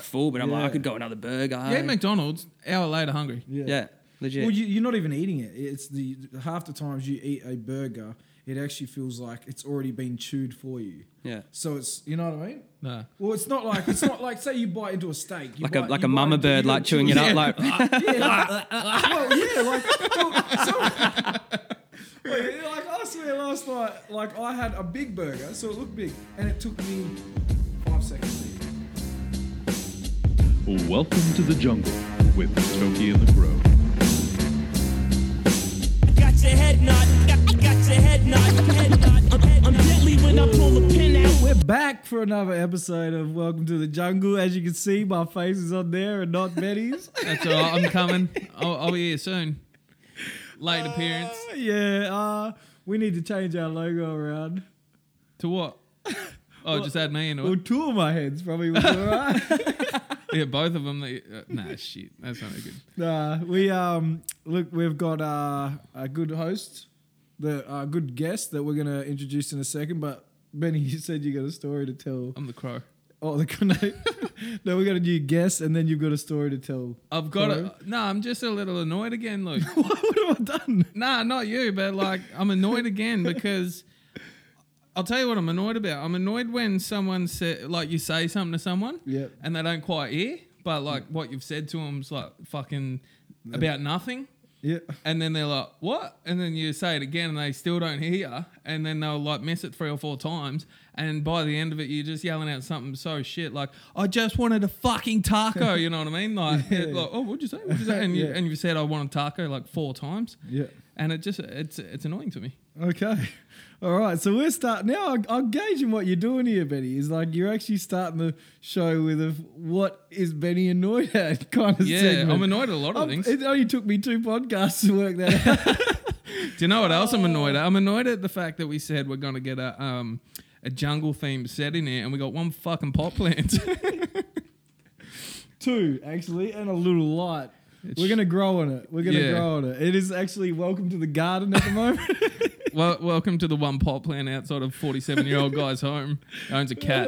full, but I'm like, Yeah. I could go another burger. eh? You eat Um, McDonald's, hour later hungry. Yeah. yeah, legit. Well, you, you're not even eating it. It's the half the times you eat a burger, it actually feels like it's already been chewed for you. yeah. So it's you know what I mean. No. Well, it's not like it's not like say you bite into a steak, you Like a bite- like you a mama bite into- bird, you like don't chewing chew it up, like um, yeah, well, yeah, like, well, so, like, like, I swear last night, like I had a big burger, so it looked big, and it took me five seconds. to eat. Welcome to the jungle with Toki and the Crow. Got your head nod, got, got your head nod, head nod. I'm, I'm deadly when I pull the pin out. We're back for another episode of Welcome to the Jungle. As you can see, my face is on there and not Betty's. That's all right. I'm coming. I'll, I'll be here soon. Late appearance. yeah, uh, we need to change our logo around. To what? Oh, just add me into Well, it. two of my heads probably was all right. Yeah, both of them. They, uh, nah, shit. That's not good. Nah, we um look, we've got uh, a good host, the uh, good guest that we're gonna introduce in a second. But Benny, you said you got a story to tell. I'm the crow. Oh, the no, no, we got a new guest, and then you've got a story to tell. I've got Crow. it. No, I'm just a little annoyed again, Luke. what have I done? Nah, not you, but like I'm annoyed again because I'll tell you what I'm annoyed about. I'm annoyed when someone said like you say something to someone, Yep. and they don't quite hear, but like what you've said to them's like fucking about nothing. Yeah, And then they're like, "What?" And then you say it again, and they still don't hear. And then they'll like miss it three or four times. And by the end of it, you're just yelling out something so shit like, "I just wanted a fucking taco." You know what I mean? Like, it- like, "Oh, what'd you say?" What'd you say? And you Yeah. and you said, "I want a taco" like four times. yeah. And it just it's it's annoying to me. Okay, all right. So we're starting now. I'm- I'm gauging what you're doing here, Benny. Is like you're actually starting the show with a what is Benny annoyed at kind of Yeah, segment. I'm annoyed at a lot of I'm- things. It only took me two podcasts to work that out. Do you know what else I'm Oh. annoyed at? I'm annoyed at the fact that we said we're gonna get a um a jungle themed set in here, and we got one fucking pot plant. two actually, and a little light. It's- We're gonna grow on it. We're gonna Yeah. grow on it. It is actually welcome to the garden at the moment. well, welcome to the one pot plant outside of 47 year old guy's home. Owns a cat.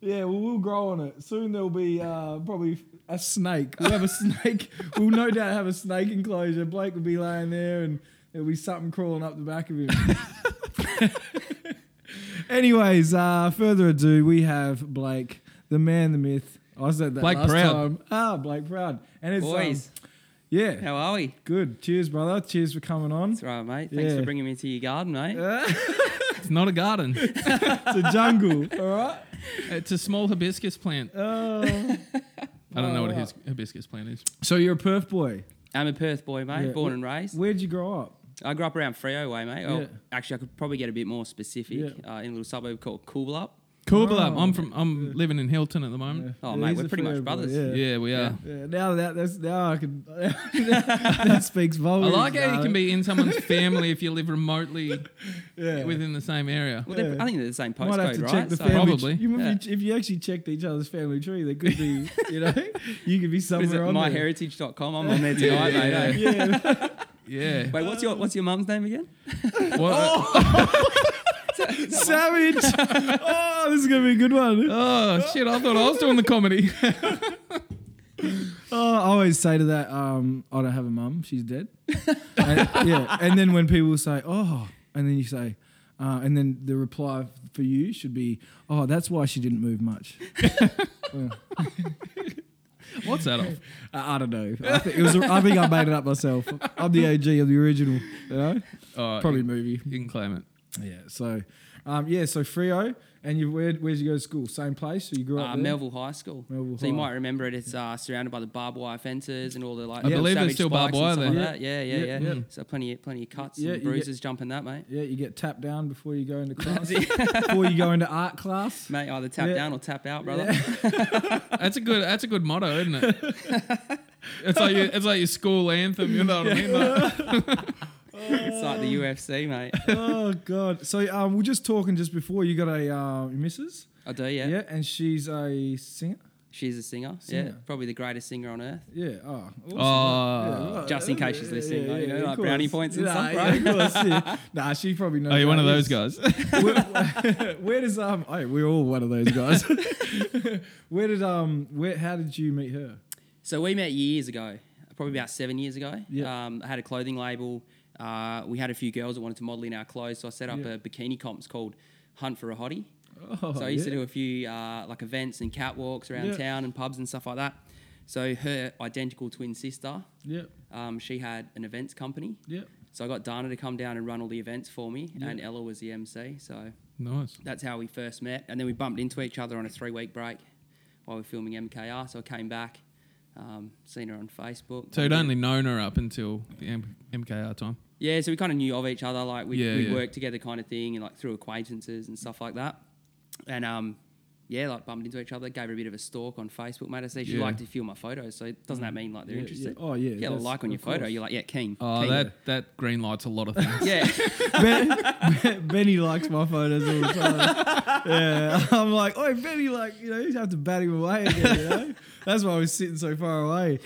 yeah, well, we'll grow on it. Soon there'll be uh, probably a snake. We'll have a snake. We'll no doubt have a snake enclosure. Blake will be laying there, and there'll be something crawling up the back of him. Anyways, uh, further ado, we have Blake, the man, the myth. I said that Blake last Proud. time. Ah, Blake Proud, and it's um, Boys, yeah, how are we? Good. Cheers, brother. Cheers for coming on. It's all right, mate. Thanks Yeah. for bringing me to your garden, mate. It's not a garden. It's a jungle. All right. It's a small hibiscus plant. Uh, I don't know what a wow. his- hibiscus plant is. so you're a Perth boy. I'm a Perth boy, mate. Yeah. Born and raised. Where'd you grow up? I grew up around Freo way, mate. Oh, Yeah. actually, I could probably get a bit more specific uh, in a little suburb called Coolblup. Coolblup. I'm from. I'm living in Hilton at the moment. Oh, Yeah, mate, he's we're a pretty Freo much boy, brothers. Oh. yeah. Yeah, we are. Yeah, now that that's now I can that speaks I volumes. like how you can darling. be in someone's family if you live remotely yeah. within the same area. Well, they're Yeah. I think they're the same postcode, Might have to right? check the So- family. Probably. tr- you might be- Yeah. If you actually checked each other's family tree, they could be, you know, you could be What is it? somewhere on there. MyHeritage.com. I'm on there tonight, Yeah, mate. yeah, eh? Yeah, Yeah. Wait, what's your what's your mum's name again? What- Oh! savage. oh, this is gonna be a good one. Oh shit! I thought I was doing the comedy. Oh, I always say to that, um, I don't have a mum. She's dead. And- yeah. And then when people say, oh, and then you say, uh, and then the reply for you should be, oh, that's why she didn't move much. What's that off? I, I don't know. I think, it was, I think I made it up myself. I'm the AG of the original, you know? Oh, Probably you- movie. You can claim it. Yeah. So, um, yeah. So Frio, and you where where'd you go to school? Same place. So you grew up Uh, there? Melville High School. Melville so you High. might remember it. It's uh, surrounded by the barbed wire fences and all the like. I believe there's savage still barbed spikes and wire stuff Like there. that. Yeah, yeah, Yeah, yeah. yeah. So plenty, plenty of cuts Yeah, you and get- bruises jumping that, mate. Yeah. You get tapped down before you go into class. before you go into art class. Mate, either tap Yeah. down or tap out, brother. That's a good. That's a good motto, isn't it? it's like your, it's like your school anthem. You know what I mean? Like, it's like the UFC, mate. oh god. So um, we're just talking just before you got a uh, missus. I do, yeah. Yeah, and she's a singer. She's a singer. Yeah, Singer. probably the greatest singer on earth. Yeah. Oh. awesome. Oh. Yeah, right. Just in case she's listening, like, you know, of like brownie course. points and nah, stuff, Yeah, of course, yeah. Nah, she probably knows. Are you Oh, one of that. those guys? where, where does um? Oh, we're all one of those guys. where did um? Where? How did you meet her? So we met years ago, probably about seven years ago. Yeah. Um, I had a clothing label. Uh, we had a few girls that wanted to model in our clothes, so I set up Yeah. a bikini comps called Hunt for a Hottie. Oh, so I used yeah. to do a few uh, like events and catwalks around Yeah. town and pubs and stuff like that. So her identical twin sister, Yep. um, she had an events company. Yep. So I got Dana to come down and run all the events for me, Yeah. and Ella was the MC. So nice. that's how we first met, and then we bumped into each other on a three-week break while we were filming MKR. So I came back, um, seen her on Facebook. So you'd only known her up until the M- MKR time. yeah, so we kind of knew of each other, like we Yeah, we yeah. worked together, kind of thing, and like through acquaintances and stuff like that. And um, yeah, like bumped into each other, gave her a bit of a stalk on Facebook, mate. I see she Yeah. liked to feel my photos, so doesn't that mean like they're Mm. Yeah, yeah. interested? Oh, yeah, get a that's- like on your of photo. course. You're like, yeah, keen. Oh, keen. that that green lights a lot of things. yeah. Ben, Ben- Benny likes my photos all the time. Yeah, I'm like, oh, Benny, like, you know, you have to bat him away again, you know? That's why I was sitting so far away.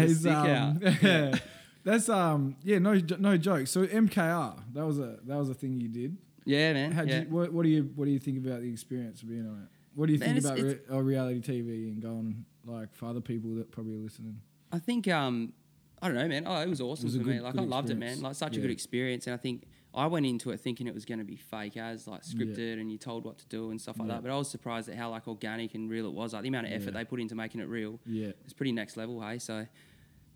Get the he's stick um, out. yeah. that's um, yeah, no, j- no joke. So MKR, that was a that was a thing you did. yeah, man. How yeah. you, what, what do you what do you think about the experience of being on it? What do you Man, think it's- about re- uh, reality TV and going like for other people that probably are listening? I think um, I don't know, man. Oh, it was awesome was a for me. good- Like good I loved it, experience. man. Like such a Yeah. good experience, and I think I went into it thinking it was going to be fake as like scripted and you told what to do and stuff like Yeah. that. But I was surprised at how like organic and real it was. Like the amount of effort Yeah. they put into making it real, Yeah. it's pretty next level, hey. So,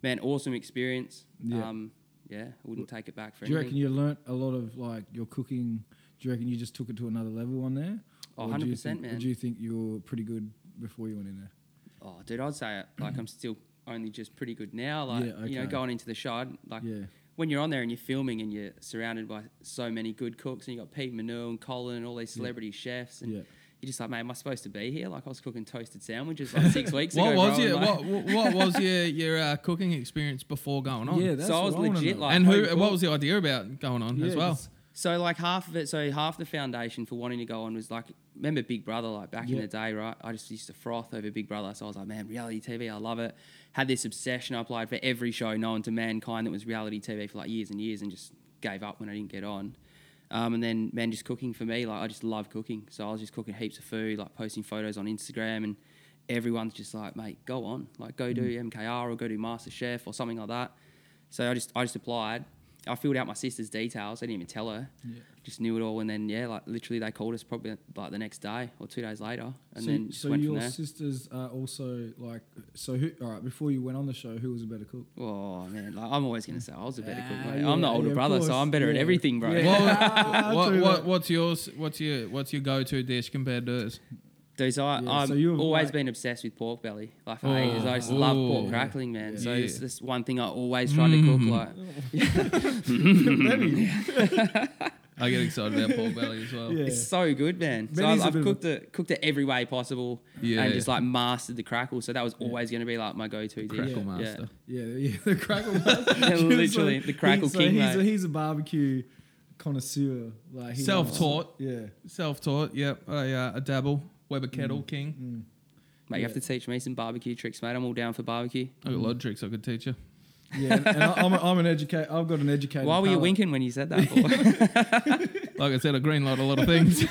man, awesome experience. Yeah. Um, yeah, I wouldn't take it back for Do you reckon anything. you learnt a lot of like your cooking? Do you reckon you just took it to another level on there? Oh, Or do you 100%, think- Or man. do you think you were pretty good before you went in there? oh, dude, I'd say it, like I'm still only just pretty good now. Like Yeah, you know, okay. going into the shard, like Yeah. when you're on there and you're filming and you're surrounded by so many good cooks and you got Pete Manu and Colin and all these celebrity chefs and Yeah. you're just like, mate, am I supposed to be here? Like I was cooking toasted sandwiches like six weeks What ago. was bro, your and, like- what, what what was your your uh, cooking experience before going on? Yeah, that's so I was what I wanna legit know. like, and who? home What cooked. was the idea about going on Yeah, as well? 'cause- So like half of it, so half the foundation for wanting to go on was like, remember Big Brother, like back in Yeah. the day, right? I just used to froth over Big Brother. So I was like, man, reality TV, I love it. Had this obsession. I applied for every show known to mankind that was reality TV for like years and years and just gave up when I didn't get on. Um, and then, man, just cooking for me, like I just love cooking. So I was just cooking heaps of food, like posting photos on Instagram and everyone's just like, mate, go on, like go do MKR or go do MasterChef or something like that. So I just I just applied. I filled out my sister's details. I didn't even tell her. Just knew it all, and then yeah, like literally they called us probably like the next day or two days later, and so then just so went from your there. sisters are also like so. Who, all right, before you went on the show, who was a better cook? oh man, like, I'm always gonna say I was a better cook. Ah, mate. I'm yeah, the older yeah, of brother, so course. I'm better at Yeah. everything, bro. Yeah. What, Ah, what, true what, that. what's yours? What's your what's your go-to dish compared to us? Dude, so I, Yeah, I've so you've, always like- been obsessed with pork belly. Like for Oh. ages, I just love Ooh. pork crackling, man. So Yeah. it's this one thing I always try to cook. Like, Mm. Benny. I get excited about pork belly as well. Yeah. It's so good, man. So Benny's I've, a bit I've of a- cooked it, cooked it every way possible, Yeah. and just like mastered the crackle. So that was always going to be like my go-to dish. Crackle Yeah. master. Yeah, yeah, the crackle. master. Yeah, literally, So the crackle he- so king. He's a, mate. he's a barbecue connoisseur. Like he loves- Self-taught. Yeah. Self-taught. Yep. I uh, a dabble. Weber kettle Mm. king. Mate, you have to teach me some barbecue tricks, mate. I'm all down for barbecue. I got a lot Mm. of tricks I could teach you. Yeah, and I, I'm, a, I'm an educator. I've got an educator. Why were you winking when you said that? For? Like I said, I green light a lot of things.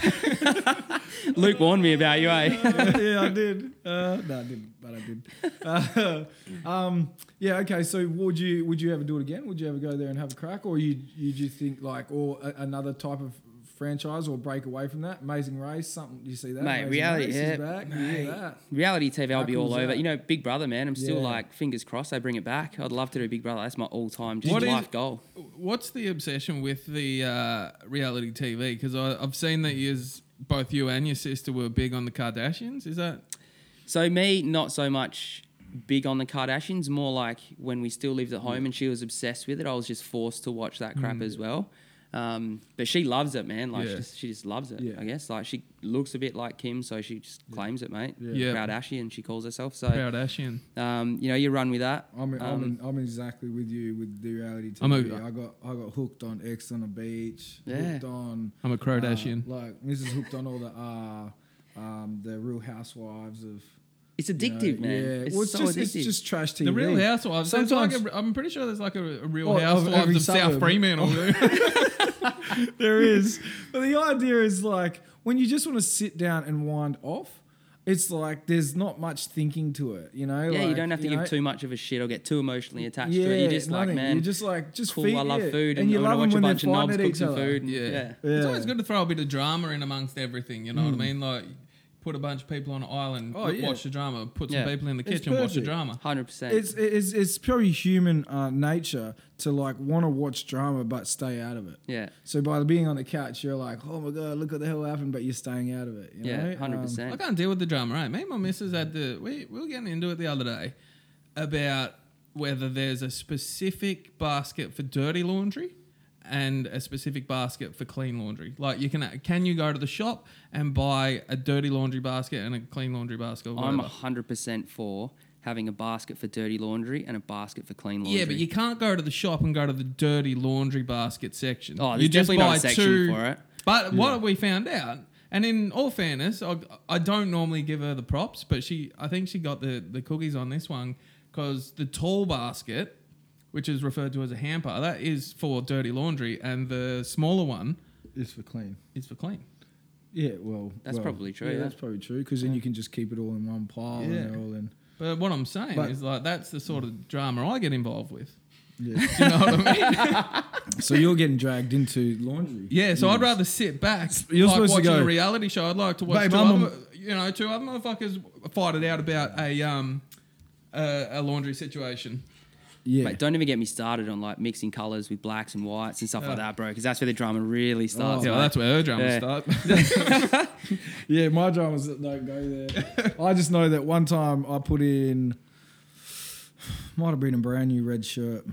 Luke warned me about you, eh? yeah, I did. Uh, no, I didn't, but I did. Uh, um, yeah, okay. So would you would you ever do it again? Would you ever go there and have a crack, or you you do think like or a, another type of franchise or break away from that? Amazing Race, something you see that? Mate, Amazing reality, Race yeah, is back. You hear that? Reality TV, I'll be all Crackle's over. out. You know, Big Brother, man. I'm still Yeah. like fingers crossed they bring it back. I'd love to do Big Brother. That's my all-time just What is- life goal. What's the obsession with the uh, reality TV? Because I've seen that yous, both you and your sister were big on the Kardashians. Is that So me, not so much big on the Kardashians, more like when we still lived at home and she was obsessed with it, I was just forced to watch that crap as Mm. well. Um, but she loves it, man. Like Yeah. she, just, she just loves it. Yeah. I guess like she looks a bit like Kim, so she just claims it, mate. Yeah. Yeah. Kardashian, she calls herself. So Kardashian? um, you know, you run with that. I'm, I'm, Um, I'm exactly with you with the reality TV. I'm i a- got I got hooked on X on the beach. Yeah. Hooked on. I'm a Kardashian. Uh, like Mrs. Hooked on all the uh, um, the Real Housewives of It's addictive, man. Yeah, It's well, it's so just it's addictive. just trash TV. The Real Housewives. Sometimes Sometimes like a, I'm pretty sure there's like a, a Real Oh, of Housewives every of South suburb. Fremantle. there is, but the idea is like when you just want to sit down and wind off. It's like there's not much thinking to it, you know. yeah, you like, don't have to give know, too much of a shit or get too emotionally attached to it. You're just like, nothing. man, You're just like, just cool. feed, I love yeah. food, and, you I love want to them watch a when bunch of they're knobs fighting cook at some each other. food. and- Yeah. yeah. It's Yeah. Hmm. always good to throw a bit of drama in amongst everything, you know what I mean? Like, put a bunch of people on an island, Oh, yeah. watch the drama, put some Yeah. people in the It's kitchen, watch the perfect. drama. Hundred percent. It's it's it's pure human uh, nature to like want to watch drama but stay out of it. Yeah. So by being on the couch, you're like, oh my god, look what the hell happened, but you're staying out of it. You Yeah, know? hundred Um, percent. I can't deal with the drama, right? Me and my missus had the we, we were getting into it the other day about whether there's a specific basket for dirty laundry and a specific basket for clean laundry. Like you can can you go to the shop and buy a dirty laundry basket and a clean laundry basket? Or I'm whatever? hundred percent for having a basket for dirty laundry and a basket for clean laundry. Yeah, but you can't go to the shop and go to the dirty laundry basket section. Oh, there's you just definitely buy not a section two. for it. But what we found out, and in all fairness, I, I don't normally give her the props, but she, I think she got the, the cookies on this one because the tall basket, which is referred to as a hamper, that is for dirty laundry, and the smaller one It's for clean. is for clean. Yeah, well, That's well, probably true, Yeah, yeah. that's probably true because then you can just keep it all in one pile Yeah. and they're all in. But what I'm saying But- is like that's the sort of drama I get involved with. Yeah. Do you know what I mean? so you're getting dragged into laundry. Yeah, so I'd rather sit back. Mm. you're like supposed to watching go, a reality show. I'd like to watch "Babe, two I'm other, you know, two other motherfuckers fight it out about a um a, a laundry situation. yeah. Mate, don't even get me started on like mixing colours with blacks and whites and Uh. stuff like that, bro. Because that's where the drama Oh, really starts. yeah, mate. well, that's where her drama Yeah. start. Yeah, my dramas that don't go there. I just know that one time I put in, might have been a brand new red shirt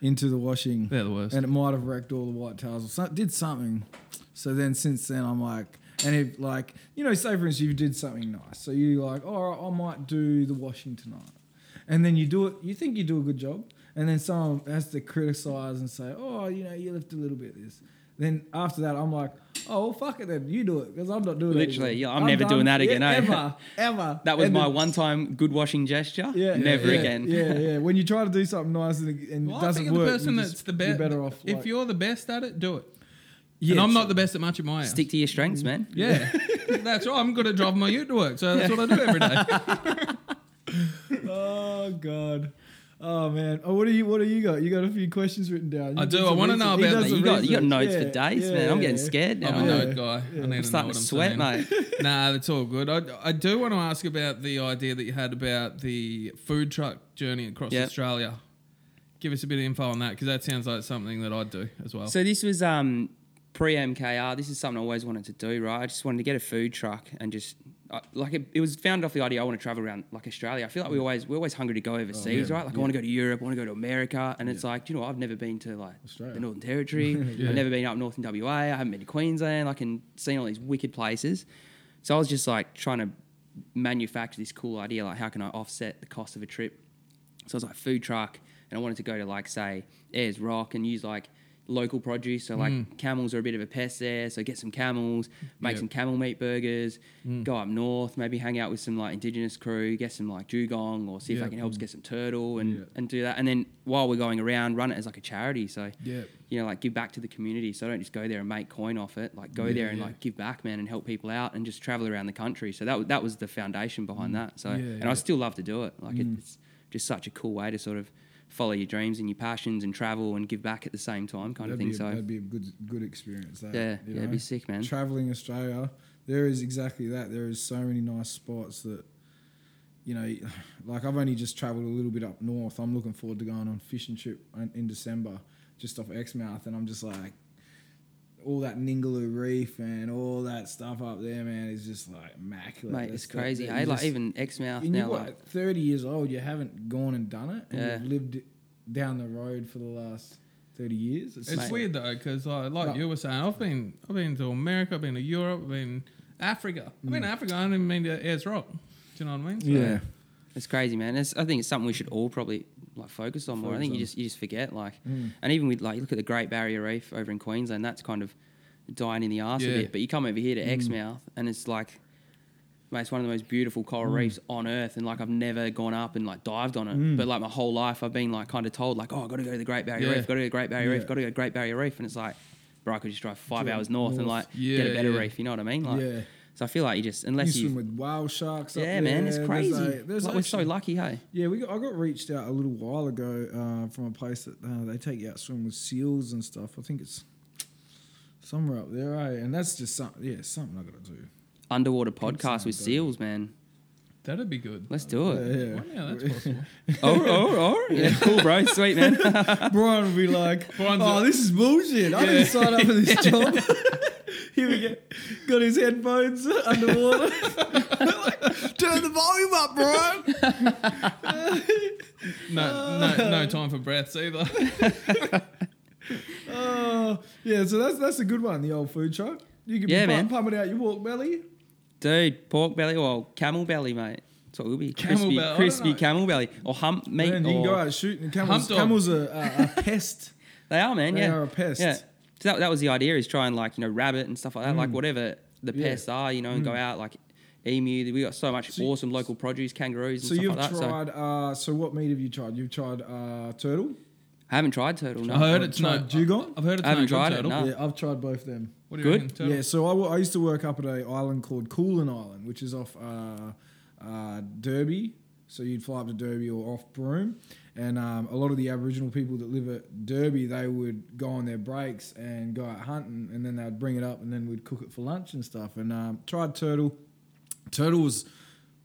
into the washing. They're the worst. And it might have wrecked all the white towels or something. Did something. So then since then I'm like, and if like, you know, say for instance, you did something nice. So you like, all right, I might do the washing tonight. And then you do it, you think you do a good job. And then someone has to criticize and say, oh, you know, you left a little bit of this. Then after that, I'm like, oh, well, fuck it then. You do it because I'm not doing it. Literally, yeah, I'm never doing that again, eh? Ever, ever. That was And my then- one time good washing gesture. yeah, Never yeah, again. Yeah, yeah. When you try to do something nice and, it- and Well, it I doesn't think of the work, person you that's just- the best. You're better off. if like- you're the best at it, do it. Yeah, and I'm sure. not the best at much of my ass. Stick to your strengths, man. Yeah, that's right. I'm good at driving my ute to work, so that's what I do every day. Oh god. Oh man. Oh, what do you? What do you got? You got a few questions written down. I You do. did I some wanna know research. He Mate, does about that. some you got you got research. notes for Yeah, days, yeah, man. I'm getting yeah. scared now. I'm a nerd guy. I need I'm to starting to know sweat, what I'm mate. saying. Nah, that's all good. I, I do want to ask about the idea that you had about the food truck journey across Yep. Australia. Give us a bit of info on that because that sounds like something that I'd do as well. So this was um, pre MKR. This is something I always wanted to do, right? I just wanted to get a food truck and just I like it, it was founded off the idea I want to travel around like Australia. I feel like we always we're always hungry to go overseas, right? Like I want to go to Europe, I want to go to America, and it's like you know I've never been to like Australia. the Northern Territory. I've never been up north in WA. I haven't been to Queensland. I can see all these wicked places. So I was just like trying to manufacture this cool idea, like how can I offset the cost of a trip? So I was like food truck, and I wanted to go to like say Ayers Rock and use like local produce. So like camels are a bit of a pest there, so get some camels, make Yep. some camel meat burgers, go up north, maybe hang out with some like indigenous crew, get some like dugong, or see if Yeah. I can help us get some turtle and Yeah. and do that. And then while we're going around, run it as like a charity. So Yeah. you know, like give back to the community. So I don't just go there and make coin off it. Like go there and yeah. like give back, man, and help people out, and just travel around the country. So that w- that was the foundation behind Mm. that. So Yeah, and yeah. I still love to do it. Like it's just such a cool way to sort of follow your dreams and your passions and travel and give back at the same time, kind That'd of thing. be a, so that'd be a good good experience. That, Yeah, you yeah, it'd know? be sick, man. Traveling Australia, there is exactly that. There is so many nice spots that, you know, like I've only just travelled a little bit up north. I'm looking forward to going on fishing trip in- in December, just off Exmouth, and I'm just like, all that Ningaloo Reef and all that stuff up there, man, is just like immaculate. mate, That's- it's crazy. that- Hey, you like just- even Exmouth and now, you're like like 30 years old, you haven't gone and done it, and Yeah. you've lived down the road for the last 30 years. it's Mate. weird though because like, like No. you were saying, I've been I've been to America, I've been to Europe, I've been Africa. I've Mm. been to Africa. I haven't even been to Ayers Rock. Do you know what I mean? So- Yeah. It's crazy, man. It's, I think it's something we should all probably like focus on more. I think you just you just forget like, Mm. and even with like you look at the Great Barrier Reef over in Queensland, that's kind of dying in the arse Yeah. Mm. a bit. But you come over here to Exmouth, and it's like Mate, it's one of the most beautiful coral Mm. reefs on earth, and like I've never gone up and like dived on it. But like my whole life, I've been like kind of told like, oh, I got to go to the Great Barrier Yeah. Reef, got to go to the Great Barrier Yeah. Reef, got to go to the Great Barrier Reef, and it's like, bro, I could just drive five hours north, and north. like get Yeah, a better yeah. reef. You know what I mean? Like, Yeah. So I feel like you just You unless you, swim with whale sharks. up yeah, man, it's there. crazy. There's like- there's like, we're so actually- lucky, hey. Yeah, we got, I got reached out a little while ago uh, from a place that uh, they take you out swimming with seals and stuff. I think it's somewhere up there, eh? And that's just something. Yeah, something I got to do. Underwater podcast sound, with don't seals, man. That'd be good. Let's do it. Yeah, Yeah, that's possible. Oh, oh, oh. Yeah, cool, bro. Sweet, man. Brian would be like, Brian's "Oh, a- this is bullshit. I didn't sign up for this job." Here we go. Got his headphones underwater. Turn the volume up, Brian. No, no, no time for breaths either. Oh, yeah. So that's that's a good one. The old food truck. You can Yeah, pump, man. pump it out your walk belly. Dude, pork belly or camel belly, mate. That's what it would be. Camel Crispy, belly, I don't crispy know. camel belly. Or hump meat. Man, you can or- go out shooting. Camels, Hump dog. camels are, are a pest. They are, man. They yeah. are a pest. Yeah. So that, that was the idea is try and like, you know, rabbit and stuff like that, like whatever the Mm. Yeah. Mm. pests are, you know, and go out like emu. We got so much So you- awesome local produce, kangaroos and So stuff you've like that. So tried. uh, so what meat have you tried? You've tried uh, turtle. I haven't tried turtle, no. I heard it's no. Tried dugong? I've heard it's I haven't no good tried it, turtle. no. Ah. Yeah, I've tried both them. What do you Good? reckon? Turtle? Yeah. So I wa- I used to work up at a island called Coolin Island, which is off uh, uh, Derby. So you'd fly up to Derby or off Broome, and um, a lot of the Aboriginal people that live at Derby, they would go on their breaks and go out hunting, and then they'd bring it up, and then we'd cook it for lunch and stuff. And um, tried turtle. Turtle was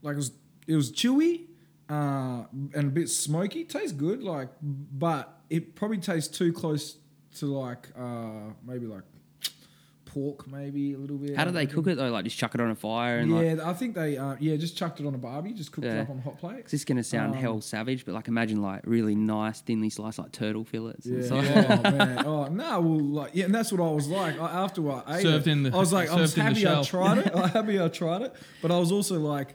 like it was it was chewy uh, and a bit smoky. Tastes good, like, but it probably tastes too close to like uh, maybe like pork, maybe a little bit. How do they cook it though? Like just chuck it on a fire and Yeah, like. I think they uh, yeah just chucked it on a barbie, just cooked it Yeah. up on a hot plate. 'cause This is gonna sound Um, hell savage, but like imagine like really nice thinly sliced like turtle fillets. Yeah. And stuff. oh man. Oh no. Well, like yeah, and that's what I was like I, after I ate Served it. in the- I was like, I'm served in the happy I shell. tried it. I'm happy I tried it. But I was also like,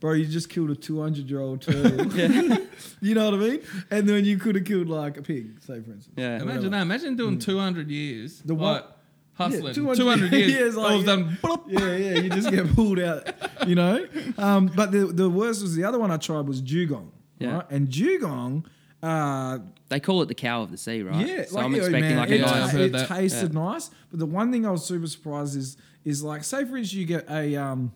bro, you just killed a 200 year old turtle. you know what I mean? And then you could have killed like a pig, say for instance. Yeah. Imagine that. Imagine doing 200 years. Hmm. The The what? what? hustling. Yeah, 200, years. all of a sudden, yeah, blop. yeah, yeah, you just get pulled out, you know. Um, but the the worst was the other one I tried was dugong, Yeah. right? And dugong, uh, They call it the cow of the sea, right? Yeah, So I'm yeah, expecting man, like it, a yeah, nice I've ta- heard it that. tasted nice, but the one thing I was super surprised is is like, say for instance, you get a um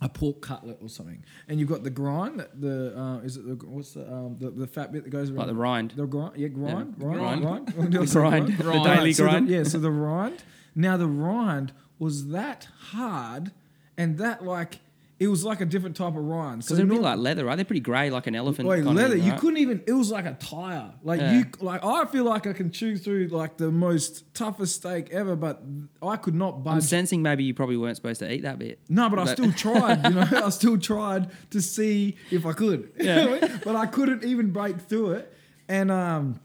a pork cutlet or something, and you've got the grind, that the uh, is it the what's the um the, the fat bit that goes around the rind. the grind, yeah, grind, the rind, grind. rind, The grind. The Grind. daily so the- grind. yeah, so the rind. Now the rind was that hard, and that like it was like a different type of rind. So Because it'd be nor- like leather, right? They're pretty grey, like an elephant. Wait, kind of leather. thing, You right? couldn't even. It was like a tire. Like Yeah. you, like I feel like I can chew through like the most toughest steak ever, but I could not I'm budge. sensing maybe you probably weren't supposed to eat that bit. no, but I still tried. You know, I still tried to see if I could. Yeah. but I couldn't even break through it, and um.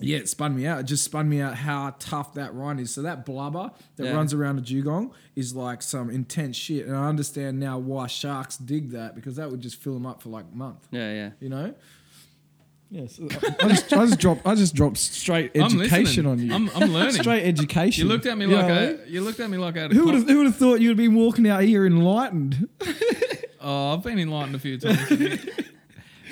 Yeah, it spun me out. It just spun me out how tough that rind is. So that blubber that Yeah. runs around a dugong is like some intense shit. And I understand now why sharks dig that because that would just fill them up for like a month Yeah, yeah. you know. Yes, I just, I just dropped. I just dropped straight I'm education listening. on you. I'm, I'm learning. straight education. You looked at me You like know? a. You looked at me like I. Had a Who would cop- have Who would have thought you'd been walking out here enlightened? Oh, I've been enlightened a few times.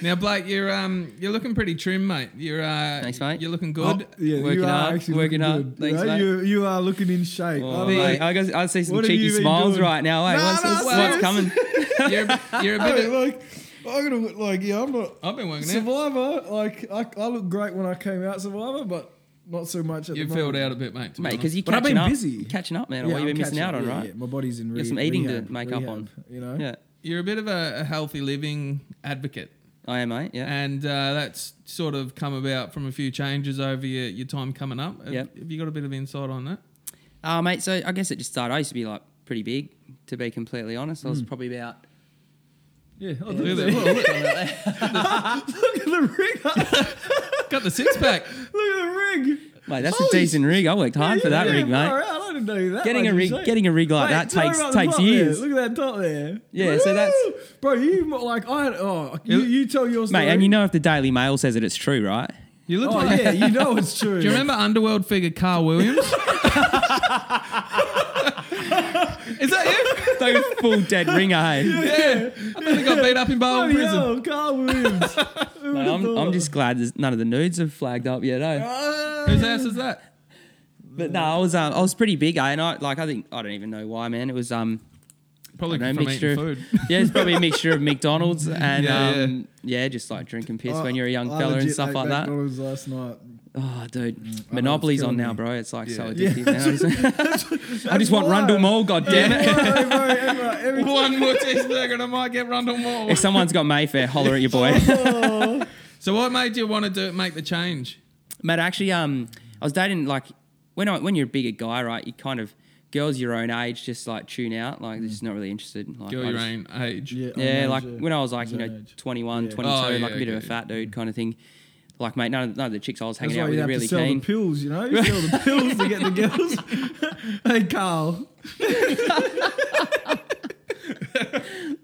now, Blake, you're um, you're looking pretty trim, mate. You're uh, Thanks, mate. You're looking good. Oh, yeah, Working you are hard, actually working looking hard. good, you Thanks, know? mate. You, you are looking in shape. Oh, I mean, mate, I, guess, I see some what have you cheeky been smiles doing? right now. Hey, No, what's, no, what's serious. coming? You're, a- you're a I bit. mean, like Of, I'm gonna look like yeah, I'm not I've been working out. Survivor. Like I, I look great when I came out Survivor, but not so much at You the filled moment. out a bit, mate. to be Mate, because honest. you're But I've catching been up. busy. You're catching up, man, on what I'm you've been missing catching out up. on, Yeah, right? yeah, my body's in. Got Re- some eating to rehab, make up on. rehab, You know. Yeah, you're a bit of a, a healthy living advocate. I am, mate. Yeah. And uh, that's sort of come about from a few changes over your, your time coming up. Have- Yep. Have you got a bit of insight on that? Uh, mate, so I guess it just started. I used to be like pretty big, to be completely honest. I Hmm. was probably about. Yeah. Oh, Look at look, that. Look, look, at the ring. Got the six pack. Look at the rig. Mate, that's Holy a decent rig. I worked hard Yeah, for that yeah, rig, mate. far out. I didn't know that. Getting much a was rig- there. getting a rig like Mate, that tell me takes- about the takes top there. years. Look at that top there. Yeah, so that's- Woo! bro. You mo- like I oh you, you tell your story. Mate, and you know if the Daily Mail says it, it's true, right? You look Oh like. yeah, you know it's true. Do you remember Underworld figure Carl Williams? Is that you? They full dead ringer, hey. yeah. I think I got beat up in Barwell Bloody prison. hell, Carl Williams. Like, I'm, I'm just glad there's none of the nudes have flagged up yet, eh? Whose house is that? But no, I was um, I was pretty big, eh? And I like I think I don't even know why, man. It was um Probably I don't know, from mixture eating of, food. Yeah, it's probably a mixture of McDonald's and Yeah, yeah. um yeah, just like drinking piss I- when you're a young I fella and legit stuff ate like that. McDonald's last night. Oh, dude, Monopoly's on killing now, me. bro. It's like so Yeah. addictive now. I just want why. Rundle Mall, god damn it. Bro, bro, every- every One more cheeseburger and I might get Rundle Mall. If someone's got Mayfair, holler at your boy. So what made you want to do make the change? Mate, actually, um, I was dating like when I, when you're a bigger guy, right? You kind of girls your own age just like tune out, like they're just not really interested. Like, Girl I your just- own age. Yeah, Yeah, I'm like Asia. when I was like you His know age. 21, Yeah. 22, Oh, yeah, like a bit of a okay. fat dude kind of thing. Like mate, none of, none of the chicks I was That's hanging why out you with are have really to sell keen. the pills, you know? You sell the pills to get the girls. hey, Carl.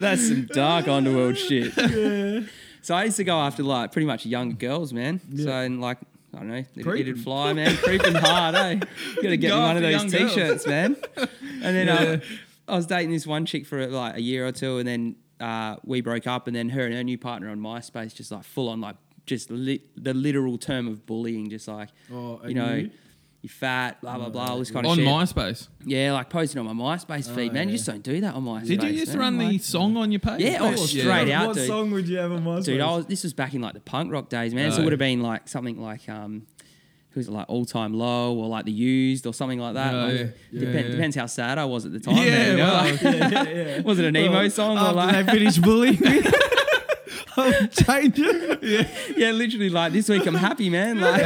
That's some dark underworld shit. So I used to go after like pretty much young girls, man. So and like I don't know, it, Creeping. it'd fly, man, creeping hard, eh? You gotta get Go me one of after those young girls. t-shirts, man. And then uh, I was dating this one chick for like a year or two, and then uh, we broke up, and then her and her new partner on MySpace just like full on like just li- the literal term of bullying, just like Oh, you know. you? You? are fat, blah blah blah, all this kind of Uh, On shit. MySpace. yeah, like posting on my MySpace feed, man. You just don't do that on MySpace. Did you used to man. run the Like- song on your page? Yeah, oh, straight yeah. out, what dude. song would you have on my Dude, I was, this was back in like the punk rock days, man. So Right. it would have been like something like um, who's it like all time low or like the used or something like that. Oh, Like, yeah. Yeah, depend- yeah. Depends how sad I was at the time. Yeah, man, you know, well, like- yeah, yeah. was it an emo song or After like? they finish bullying me, I'll change it. Yeah. yeah, literally like this week I'm happy, man. Like,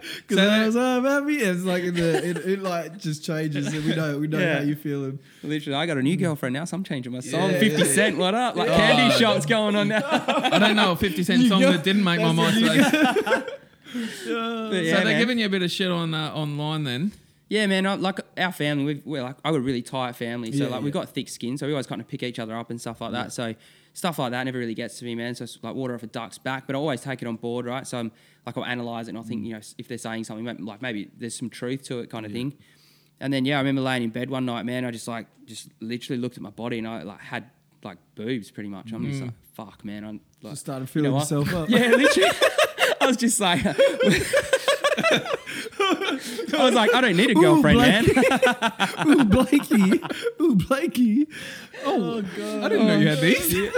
Because So I that- was so happy. It's like in the, it, it like just changes and we know we know Yeah. how you feeling. literally, I got a new girlfriend now, so I'm changing my song. Yeah, Fifty yeah, yeah. Cent, what up? Like candy Oh. shops going on now. I don't know a 50 Cent You song go- that didn't make my that's MySpace. But so yeah, they're man. giving you a bit of shit on uh, online then. Yeah, man. I, like our family, we've, we're like I got a really tight family, so Yeah, like we've yeah. got thick skin, so we always kind of pick each other up and stuff like that. So stuff like that never really gets to me, man. So it's like water off a duck's back, but I always take it on board, right? So I'm like I'll analyze it and I Mm. think you know s- if they're saying something, ma- like maybe there's some truth to it, kind of thing. And then yeah, I remember laying in bed one night, man. I just like just literally looked at my body and I like had like boobs pretty much. I'm just like fuck, man. I'm like, Mm. Just started you feeling know what? yourself up. Yeah, literally. I was just like, I was like, I don't need a girlfriend, man. Ooh, Blakey. Ooh, Blakey. Oh, God. I didn't know you had these.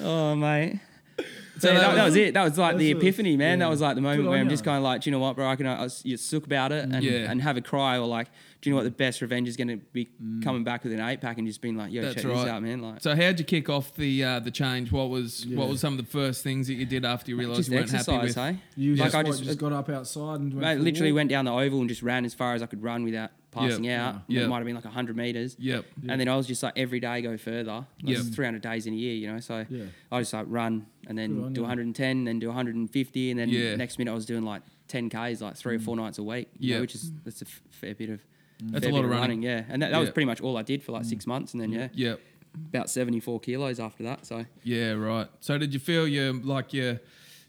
Oh, mate. So Yeah, that that, that was- was it. That was like the That's a- epiphany, man. That was like the moment Good where on I'm ya. just kind of like, do you know what, bro? I can I was, you sook about it and, Yeah. and have a cry, or like, do you know what the best revenge is going to be coming back with an eight pack and just being like, yo, That's check right. this out, man. Like, So how'd you kick off the uh, the change? What was what was some of the first things that you did after you realised just you weren't happy exercise, eh? with? hey? You like just, I what, just, just got up outside and went mate, for a literally walk? went down the oval and just ran as far as I could run without passing out. yeah. It might have been like hundred meters. Yep. And then I was just like every day go further. That's Yeah. 300 days in a year, you know. So Yeah. I just like run and Good on then do you. 110, then do 150, and then Yeah. Mm. next minute I was doing like 10 k's like three or four nights a week. you know, Yeah. Mm. which is that's a f- fair bit of That's fair a lot bit of running. Yeah, and that, that was Yeah. Mm. pretty much all I did for like six months, and then yeah, Yep. about 74 kilos after that. So Yeah. Right. So did you feel your like your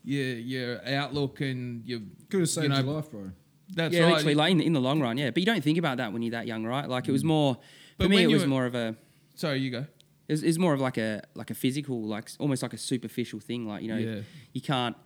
your your outlook and your Could have saved you know, your life, bro. That's yeah, right. literally like in, in the long run, yeah. But you don't think about that when you're that young, right? Like it was more for Mm. But me, when it you was were- more of a Sorry, you go. It's, it's more of like a like a physical, like s- almost like a superficial thing. Like you know, Yeah. you can't.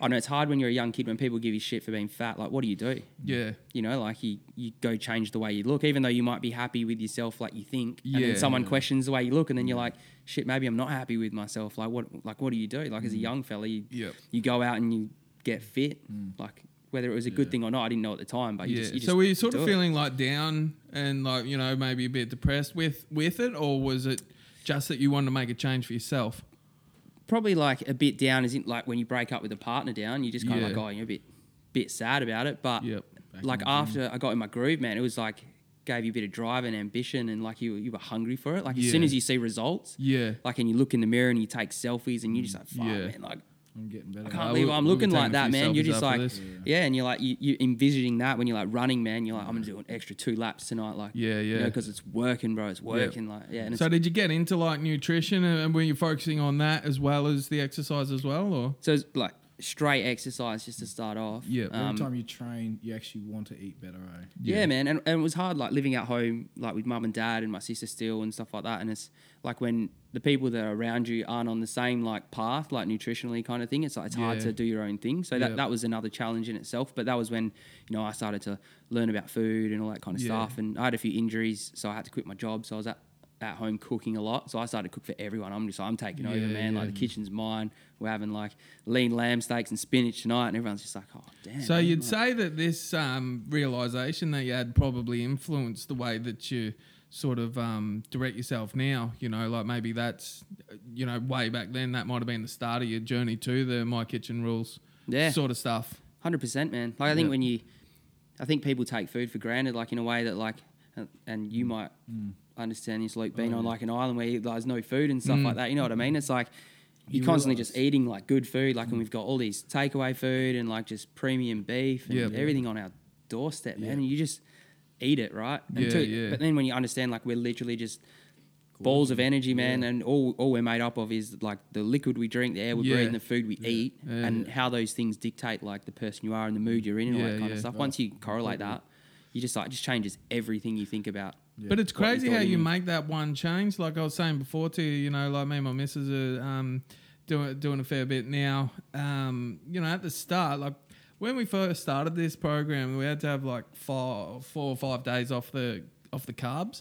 I know it's hard when you're a young kid when people give you shit for being fat. Like, what do you do? Yeah. You know, like you you go change the way you look, even though you might be happy with yourself, like you think. And Yeah. then someone questions the way you look, and then you're like, shit, maybe I'm not happy with myself. Like what like what do you do? Like as a young fella, you, Mm. Yep. Mm. you go out and you get fit. Like whether it was a good thing or not, I didn't know at the time, but you Yeah. just you so were you just sort of do it. feeling like down and like you know maybe a bit depressed with with it, or was it just that you wanted to make a change for yourself? probably like a bit down isn't like when you break up with a partner down you just kind Yeah. of like oh you're a bit bit sad about it but Yep. like after i got in my groove man it was like gave you a bit of drive and ambition and like you you were hungry for it like as soon Yeah. as you see results Yeah. like and you look in the mirror and you take selfies and you just like fuck Yeah. man like I'm getting better. I can't I believe will- I'm we'll be looking like taking a that, few man. You're selfies just after like, this. yeah. and you're like, you, you envisioning that when you're like running, man. You're like, I'm gonna do an extra two laps tonight, like, Yeah, yeah. because it's working, bro. It's working, like, yeah. And it's So did you get into like nutrition and, and were you focusing on that as well as the exercise as well, or So it's like straight exercise just to start off. Yeah, every Um, time you train, you actually want to eat better, eh? yeah, man, and, and it was hard like living at home, like with mum and dad and my sister still and stuff like that. And it's like when the people that are around you aren't on the same like path, like nutritionally kind of thing. It's like it's hard Yeah. to do your own thing. So that, Yeah. that was another challenge in itself. But that was when you know I started to learn about food and all that kind of Yeah. stuff. And I had a few injuries, so I had to quit my job. So I was at at home cooking a lot. So I started to cook for everyone. I'm just like, I'm taking over, Yeah, man. Like yeah. the kitchen's mine. We're having like lean lamb steaks and spinach tonight, and everyone's just like, oh damn. So man, you'd like- say that this um, realization that you had probably influenced the way that you sort of um, direct yourself now. You know, like maybe that's you know way back then that might have been the start of your journey to the My Kitchen Rules Yeah. sort of stuff. Hundred percent, man. Like I think when you, I think people take food for granted, like in a way that like, and- and Mm. you might understand this, like Oh, being on like an island where there's no food and stuff Mm. like that. You know what I mean? It's like you're You constantly realise. just eating like good food, Mm. like, and we've got all these takeaway food and like just premium beef and Yeah. everything on our doorstep, man. And you just eat it, right? And Yeah, to- yeah. But then when you understand, like, we're literally just balls of energy, man, and all all we're made up of is like the liquid we drink, the air we Yeah. breathe, and the food we eat, Yeah. and how those things dictate like the person you are and the mood you're in and all Yeah, that kind yeah. of stuff. Once you correlate that, you just like it just changes everything you think about. But it's What you crazy thought how you you knew. make that one change. Like I was saying before to you, you know, like me and my missus are um, doing doing a fair bit now. Um, you know, at the start, like when we first started this program, we had to have like four, four or five days off the off the carbs.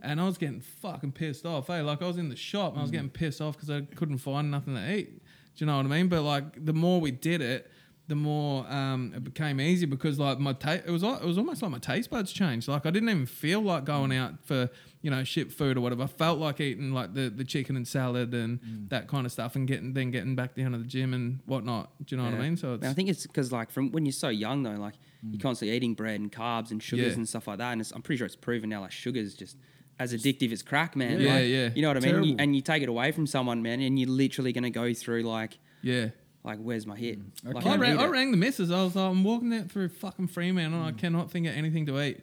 And I was getting fucking pissed off. Hey, like I was in the Mm. shop and I was getting pissed off because I couldn't find nothing to eat. Do you know what I mean? But like the more we did it, the more um, it became easy because like my ta- it was like, it was almost like my taste buds changed. Like I didn't even feel like going out for you know shit food or whatever. I felt like eating like the, the chicken and salad and Mm. that kind of stuff, and getting then getting back down to the gym and whatnot. Do you know what I Yeah. mean? So it's And I think it's because like from when you're so young though, like you're constantly eating bread and carbs and sugars Mm. Yeah. and stuff like that, and it's, I'm pretty sure it's proven now like sugars just as addictive as crack, man. Yeah, Like, yeah. You know what I mean? You- Terrible. and you take it away from someone, man, and you're literally gonna go through like yeah. like where's my hit? Like, I, don't rang, need I it. rang the missus. I was like, I'm walking out through fucking Fremantle Mm. and I cannot think of anything to eat.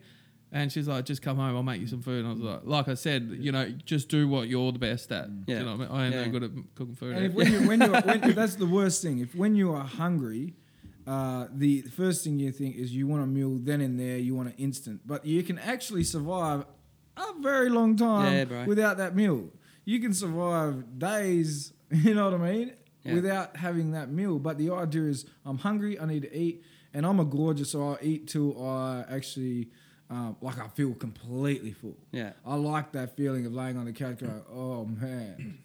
And she's like, just come home. I'll make you some food. And I was like, like I said, you know, just do what you're the best at. Do Yeah. you know what I mean? I ain't Yeah. no good at cooking food. And if when you when you when, that's the worst thing. If when you are hungry, uh, the first thing you think is you want a meal then and there. You want an instant, but you can actually survive a very long time Yeah, bro. without that meal. You can survive days. You know what I mean? Yeah. Without having that meal. But the idea is, I'm hungry. I need to eat, and I'm a gorgeous, so I'll eat till I actually. Um, like I feel completely full. Yeah. I like that feeling of laying on the couch going, "Oh man,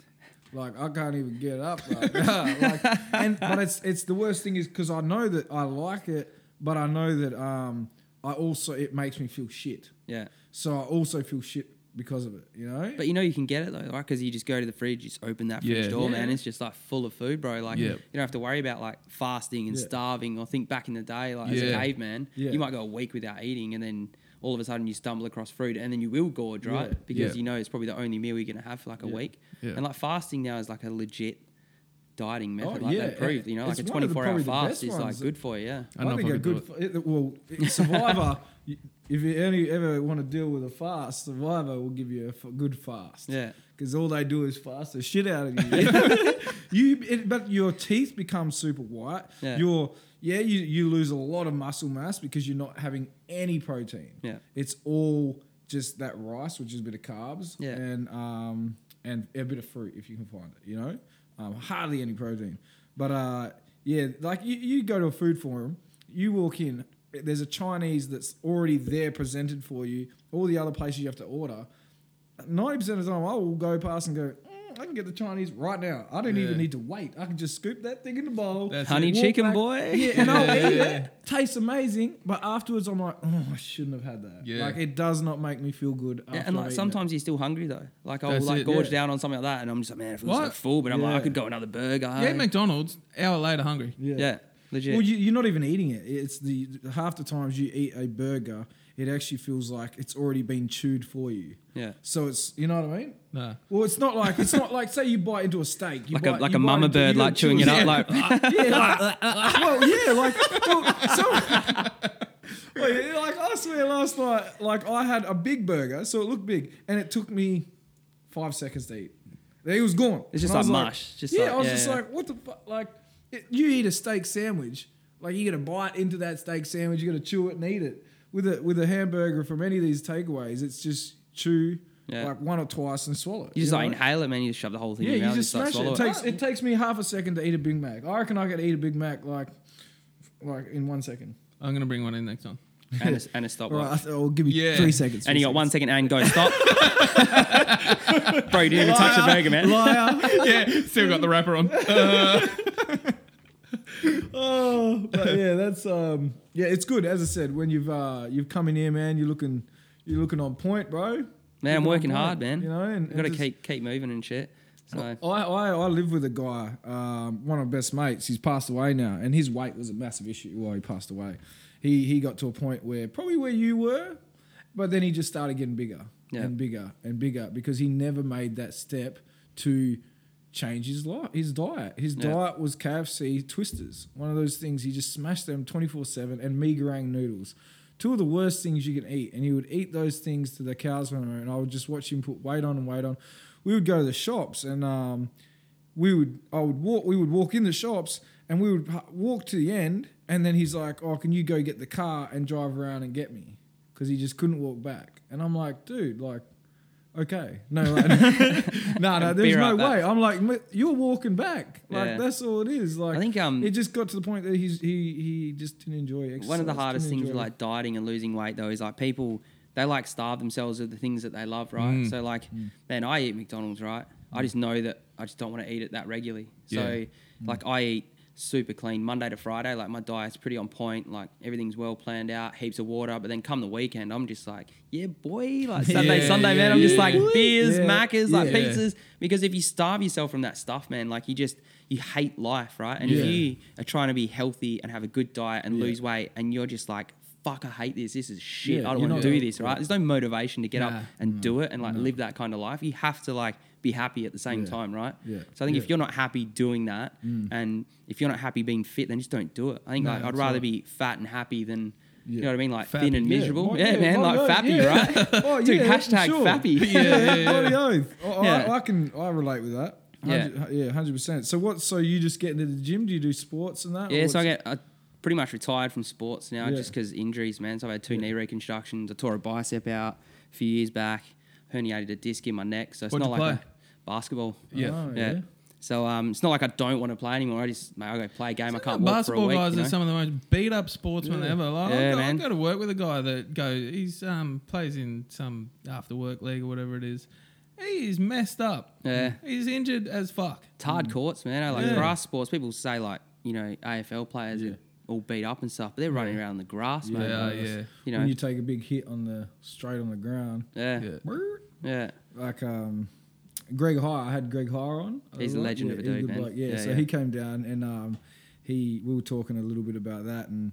like I can't even get up right now. Like, and but it's it's the worst thing is because I know that I like it, but I know that um I also it makes me feel shit. Yeah. So I also feel shit because of it. You know. But you know you can get it though, right? Because you just go to the fridge, you just open that Yeah. fridge door, man. Yeah. It's just like full of food, bro. Like Yeah. you don't have to worry about like fasting and Yeah. starving. Or think back in the day, like as a Yeah. caveman, Yeah. you might go a week without eating, and then all of a sudden you stumble across fruit, and then you will gorge, right? Yeah. Because Yeah. you know it's probably the only meal you're gonna have for like a week. Yeah. And like fasting now is like a legit dieting Oh, method. like yeah. they proved, you know, like It's a one of the- 24 hour probably the fast best is like ones. good for you. Yeah. I don't know I, think if I a could do good f- it- well survivor. y- if you any, ever want to deal with a fast, survivor will give you a f- good fast. Yeah. Because all they do is fast the shit out of you. you, it, but your teeth become super white. Yeah. Your yeah, you you lose a lot of muscle mass because you're not having any protein. Yeah. It's all just that rice, which is a bit of carbs. Yeah. And um and a bit of fruit if you can find it. You know, um, hardly any protein. But uh yeah, like you, you go to a food forum, you walk in. There's a Chinese that's already there presented for you. All the other places you have to order. Ninety percent of the time, I will go past and go. "Mm, I can get the Chinese right now. I don't even Yeah. need to wait. I can just scoop that thing in the bowl. That's Honey walk chicken boy. Yeah, and I'll Yeah. eat it. Tastes amazing, but afterwards I'm like, oh, I shouldn't have had that. Yeah. Like it does not make me feel good. Yeah, and After I've like eaten sometimes you're still hungry though. Like I'll That's like it, gorge yeah. down on something like that, and I'm just like, man, I feel so What? full. But I'm like, Yeah. I could go another burger. yeah, McDonald's, hour later, hungry. it. yeah. Yeah, legit. Well, you, you're not even eating it. It's the half the times you eat a burger, it actually feels like it's already been chewed for you. yeah. So it's you know what I mean. No. Well, it's not like it's not like say you bite into a steak, you Like a- bite, like you a bite mama into- you bird, gotta like, chewing chew it up, Yeah. like- yeah, like, well, yeah, like, well, so, well, yeah, like I swear last night, like I had a big burger, so it looked big, and it took me five seconds to eat. It was gone. It's just And I like was mush, just yeah, like- I was yeah, just yeah. like, what the fuck, like. It- you eat a steak sandwich, like you get a bite into that steak sandwich, you got to chew it and eat it. With a with a hamburger from any of these takeaways, it's just chew Yeah. like one or twice and swallow. it, You just know? like inhale it, man. You just shove the whole thing Yeah, in your mouth. you just and start smash it. It swallowing takes it takes me half a second to eat a Big Mac. I reckon I could eat a Big Mac like like in one second. I'm gonna bring one in next time. and a, and a stopwatch. All right, I th- I'll give you Yeah. three seconds. And three you got one second and go stop. Bro, you didn't even touch the burger, man. seconds. Liar. yeah, still got the wrapper on. oh, but yeah, that's um, yeah, it's good. As I said, when you've uh, you've come in here, man, you're looking you're looking on point, bro. Man, I'm Looking on working point, hard, man. You know, and, and I've got to just- keep keep moving and shit. So I, I, I live with a guy, um, one of my best mates. He's passed away now, and his weight was a massive issue while he passed away. He he got to a point where probably where you were, but then he just started getting bigger Yeah. and bigger and bigger because he never made that step to change his life, his diet. His Yeah. diet was KFC twisters, one of those things he just smashed them twenty four seven and me garang noodles. Two of the worst things you can eat, and he would eat those things to the cows went home, and I would just watch him put weight on and weight on. We would go to the shops, and um, we would I would walk we would walk in the shops and we would h- walk to the end and then he's like oh can you go get the car and drive around and get me because he just couldn't walk back and I'm like dude like okay no like, no no there's Be no right back. way I'm like "Mate, you're walking back like Yeah. that's all it is like think, um, it just got to the point that he's he he just didn't enjoy exercise one of the hardest didn't things with enjoy- like dieting and losing weight though is like people they like starve themselves of the things that they love, right? Mm. So like, man, I eat McDonald's, right? I just know that I just don't want to eat it that regularly. So Yeah. Mm. like, I eat super clean Monday to Friday. Like my diet's pretty on point. Like everything's well planned out, heaps of water. But then come the weekend, I'm just like, yeah, boy. Like Sunday, Yeah, Sunday, yeah, man. I'm just yeah. like beers, Yeah, macas, like yeah. pizzas. Because if you starve yourself from that stuff, man, like you just you hate life, right? And Yeah. if you are trying to be healthy and have a good diet and Yeah. lose weight and you're just like fuck i hate this this is shit Yeah, i don't you're want not- to do this right there's no motivation to get Nah. up and do it and like live that kind of life you have to like be happy at the same Yeah. time right Yeah. so i think Yeah. Mm. if you're not happy doing that and if you're not happy being fit then just don't do it i think like, i'd that's rather right. be fat and happy than you Yeah. know what i mean like Fappy. thin and Yeah, miserable my- yeah, man my like oath, fappy yeah. right Oh, dude yeah, hashtag sure. fappy yeah, bloody oath. I, I- Yeah. I, can I relate with that. Yeah. Hundred- yeah, hundred percent. So what? So you just get into the gym? Do you do sports and that? or Yeah, so I what's- get I pretty much retired from sports now Yeah. just 'cause just because injuries, man. So I've had two knee reconstructions. I tore a bicep out a few years back, herniated a disc in my neck. So it's What'd not you like play? a- basketball. Yeah. Oh, yeah. yeah. So um, it's not like I don't want to play anymore. I just, mate, I go play a game. I can't walk for a Basketball week. guys you know? are some of the most beat up sportsmen Yeah. ever. Like, Yeah, I, go, I man. go to work with a guy that goes, he's um plays in some after work league or whatever it is. He is messed up. Yeah. he's injured as fuck. It's hard courts, man. I Like Yeah. grass sports, people say like you know AFL players are all beat up and stuff, but they're running around on the grass, They man. are, nice. yeah. You know, when you take a big hit on the straight on the ground, yeah, Yeah. brrr, yeah. like um, Greg Hire. I had Greg Hire on. He's a Like, legend of a he's dude, good man. bloke. Yeah, Yeah, so yeah. he came down and um, he we were talking a little bit about that, and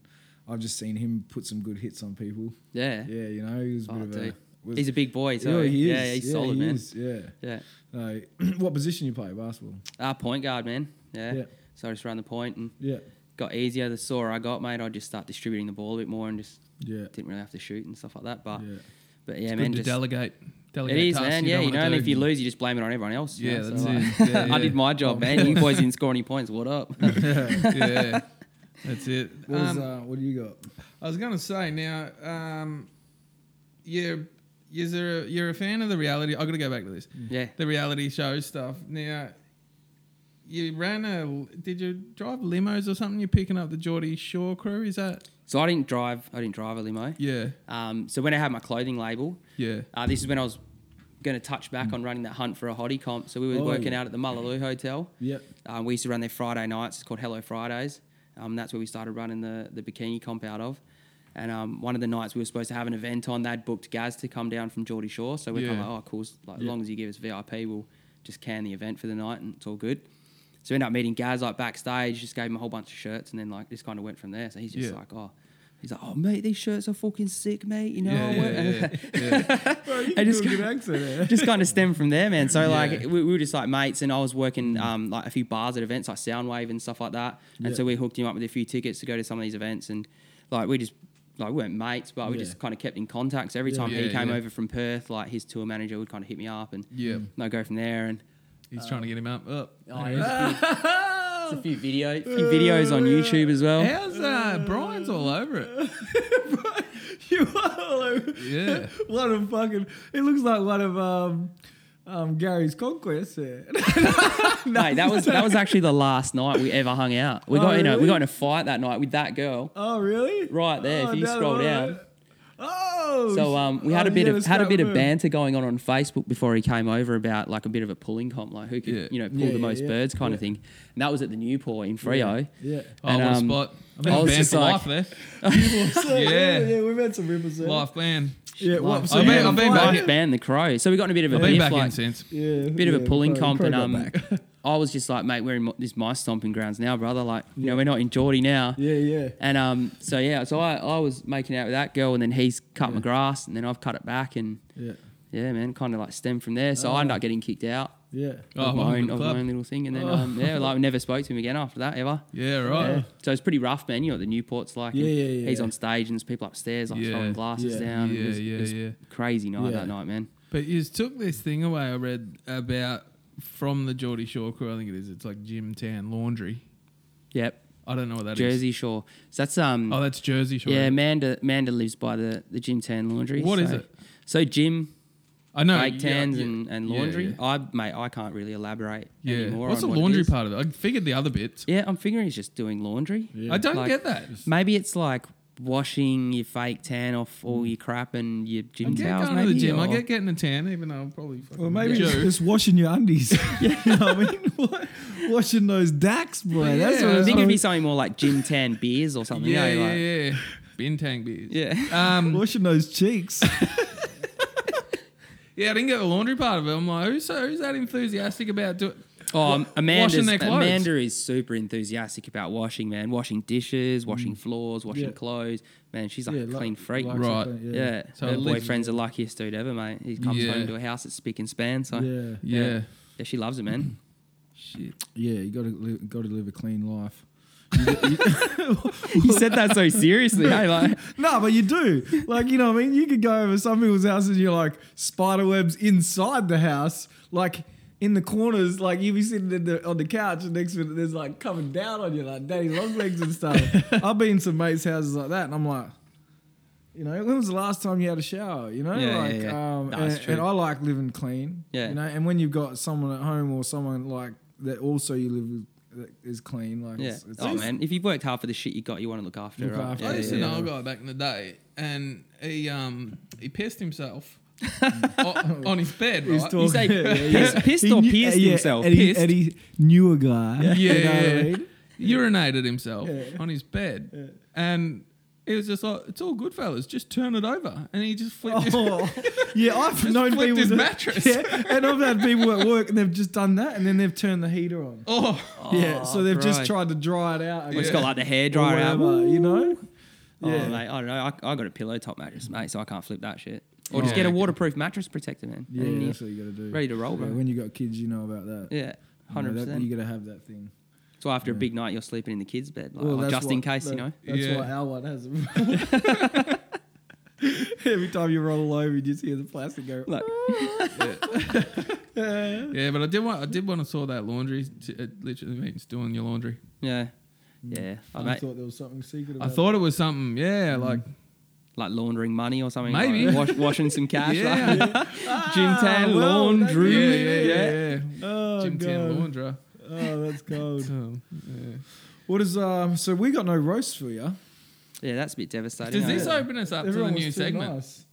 I've just seen him put some good hits on people. yeah. Yeah, you know, he was a Oh, bit of a. dude. was- he's a big boy, so yeah, he is. yeah, he's solid, he man. is, Yeah. Yeah. No. what position you play basketball? Ah, point guard, man. Yeah. Yeah. So I just ran the point and Yeah. got easier. The sore I got, mate, I just start distributing the ball a bit more and just Yeah. didn't really have to shoot and stuff like that. But Yeah. but yeah, Good man, to just, delegate. it Delegate is, tasks man. yeah, don't you know, wanna and do. if you lose, you just blame it on everyone else. you Yeah, know, that's so, like, it. Yeah, I yeah. did my job, man. You boys didn't score any points. What up? yeah, that's it. What, was, Um, uh, what do you got? I was gonna say now, um, yeah, is there a, you're a fan of the reality? I gotta go back to this. yeah. The reality show stuff. Now, you ran a. Did you drive limos or something? You're picking up the Geordie Shore crew. Is that? So I didn't drive. I didn't drive a limo. Yeah, Um, so when I had my clothing label, yeah. Mm. Uh, this is when I was going to touch back on running that hunt for a hottie comp. So we were Oh, working yeah. out at the Mullaloo Hotel. Yep. Um, we used to run there Friday nights. It's called Hello Fridays. Um, that's where we started running the, the bikini comp out of. And um, one of the nights we were supposed to have an event on, they'd booked Gaz to come down from Geordie Shore. So we're kind Yeah. of like, oh, cool. s- Like, As long as you give us VIP, we'll just can the event for the night and it's all good. So we ended up meeting Gaz like backstage, just gave him a whole bunch of shirts. And then like this kind of went from there. So he's just Yeah. like, oh, he's like, oh, mate, these shirts are fucking sick, mate. You know, Yeah, I wear-" yeah, yeah, I just just got, got- good accent there. just kind of stemmed from there, man. So like Yeah. we, we were just like mates, and I was working um, like a few bars at events like Soundwave and stuff like that. And Yeah. so we hooked him up with a few tickets to go to some of these events, and like we just like we weren't mates, but we Yeah. just kind of kept in contact. So every Yeah. time he Yeah, came yeah. over from Perth, like his tour manager would kind of hit me up, and Yeah. and I'd go from there. And Oh. He's trying to get him up. Up. oh, yeah, It's a few video, a few videos on YouTube as well. How's uh, Brian's all over it? you are all over. Yeah. Oh, What a fucking. It looks like one of um, um, Gary's conquests there. Mate, that was that was actually the last night we ever hung out. We got in a we really? got in a fight that night with that girl oh, really? right there. Oh, if you down scroll the down. right. Oh. So um, we had oh, a bit you of gotta had a bit of scrap banter going on on Facebook before he came over about like a bit of a pulling comp, like who could Yeah. you know pull Yeah, the yeah, most yeah. birds kind of thing. And that was at the Newport in Frio. Yeah. Oh, And, what a um, spot. I've I been was banned just for like- life there. So, Yeah. yeah, we've had some rippers there. Life ban. Yeah, what, I've you been- had I've a been fight? back Life banned the crow. So we got in a bit of a I've been beef, back in like, since. Yeah, bit of a yeah, pulling probably- comp, and probably got um, back. I was just like, mate, we're in my, this my stomping grounds now, brother. Like, you know, we're not in Geordie now. yeah, yeah. And um, so yeah, so I, I was making out with that girl, and then he's cut my grass, and then I've cut it back, and Yeah, yeah, man, kind of like stemmed from there. Oh. So I ended up getting kicked out. yeah. Oh, of my welcome own, to of the my club. Oh. own little thing, and then um, yeah, like we never spoke to him again after that ever. Yeah, Yeah. right. So it's pretty rough, man. You know what the Newport's like. Yeah, and yeah, yeah. He's on stage and there's people upstairs like Yeah. throwing glasses Yeah. down. Yeah, it was, yeah, it was yeah. Crazy night Yeah. that night, man. But you took this thing away. I read about from the Geordie Shore crew. I think it is. It's like Jim Tan Laundry. Yep. I don't know what that is. Jersey Shore. So that's um. Oh, that's Jersey Shore. yeah, Amanda. Amanda lives by the the Jim Tan laundry. What What is is so, it? So Jim, I know. Lake yeah, Tans yeah, and, and yeah, laundry. yeah. I mate, I can't really elaborate Yeah. anymore. What's the on what it laundry is. part of it? I figured the other bits. Yeah, I'm figuring he's just doing laundry. I don't Like- get that. Maybe it's like washing your fake tan off all your crap and your I gym get towels. going Maybe to the gym. I or- get getting a tan, even though I'm probably. Fucking Well, maybe it's Jew. just washing your undies. yeah, you know what I mean, What- washing those dacks, boy. That's Yeah. what I it's think it'd be called. something more like gym tan beers or something. Yeah, you know, yeah, like- yeah. Bintang beers. yeah. Um, washing those cheeks. yeah, I didn't get the laundry part of it. I'm like, who's, so, who's that enthusiastic about doing? Oh, Amanda's, their clothes. Amanda is super enthusiastic about washing, man. Washing dishes, Mm. washing floors, washing Yeah. clothes. Man, she's like Yeah, a like- clean freak. likes Right. it, Yeah. Yeah. So Her at least- boyfriend's the luckiest dude ever, mate. He comes Yeah. home to a house that's spick and span. So Yeah. Yeah. Yeah, she loves it, man. Shit. Yeah, you got to li- got to live a clean life. You get- you- you said that so seriously, hey, like no, but you do. Like you know, what I mean, you could go over some people's houses. and You're like spider webs inside the house, like in the corners. Like you be sitting in the, on the couch, and next minute there's like coming down on you, like daddy long legs and stuff. I've been in some mates' houses like that, and I'm like. You know, when was the last time you had a shower? You know, Yeah, like, yeah, yeah. Um, No, and, it's true. and I like living clean. Yeah. you know, and when you've got someone at home or someone like that, also you live with that is clean. Like, Yeah. it's, it's oh just- man, if you've worked hard for the shit you got, you want to look after Look it. Right? after Yeah, I it, used yeah, to yeah. know a guy back in the day, and he um he pissed himself on, on his bed. Right? He's You talking- say Yeah, pissed, pissed He or knew- pierced yeah, himself? And he, Pissed. and he knew a guy. yeah, You know what I yeah. mean? urinated himself Yeah. on his bed, and it was just like, "It's all good, fellas. Just turn it over." And he just flipped. his- Oh, yeah, I've known flipped people his that- mattress. Yeah, and I've had people at work and they've just done that and then they've turned the heater on. oh, yeah, so they've just right. tried to dry it out. It's again got like the hair or dryer out. whatever, you know. Oh, Yeah. mate, I don't know. I, I got a pillow top mattress, mate, so I can't flip that shit. Or just Yeah. get a waterproof mattress protector, man. Yeah, And that's you- what you got to do. ready to roll, Yeah, bro. when you got kids, you know about that. yeah, hundred you, know, that, percent. you got to have that thing. So after a big night, you're sleeping in the kids' bed, like, Well, oh, that's just in what- case, you that- know. That's Yeah. why our one has them. Every time you roll over, you just hear the plastic go. Like, yeah. But I did want I did want to saw that laundry. T- It literally means doing your laundry. Mm. yeah, yeah, oh, I mate, thought there was something secret. I About thought it was something. Yeah, like like laundering money or something. Maybe. like, wash, washing some cash. Yeah. like, Gym tan, Ah, well, laundry. yeah, Yeah, yeah, yeah. it. Oh, Jim Tan God. Laundry. oh, that's cold. Um, yeah. What is um? So we got no roast for you. Yeah, that's a bit devastating. Does I this know. open us up to the new segment? Nice.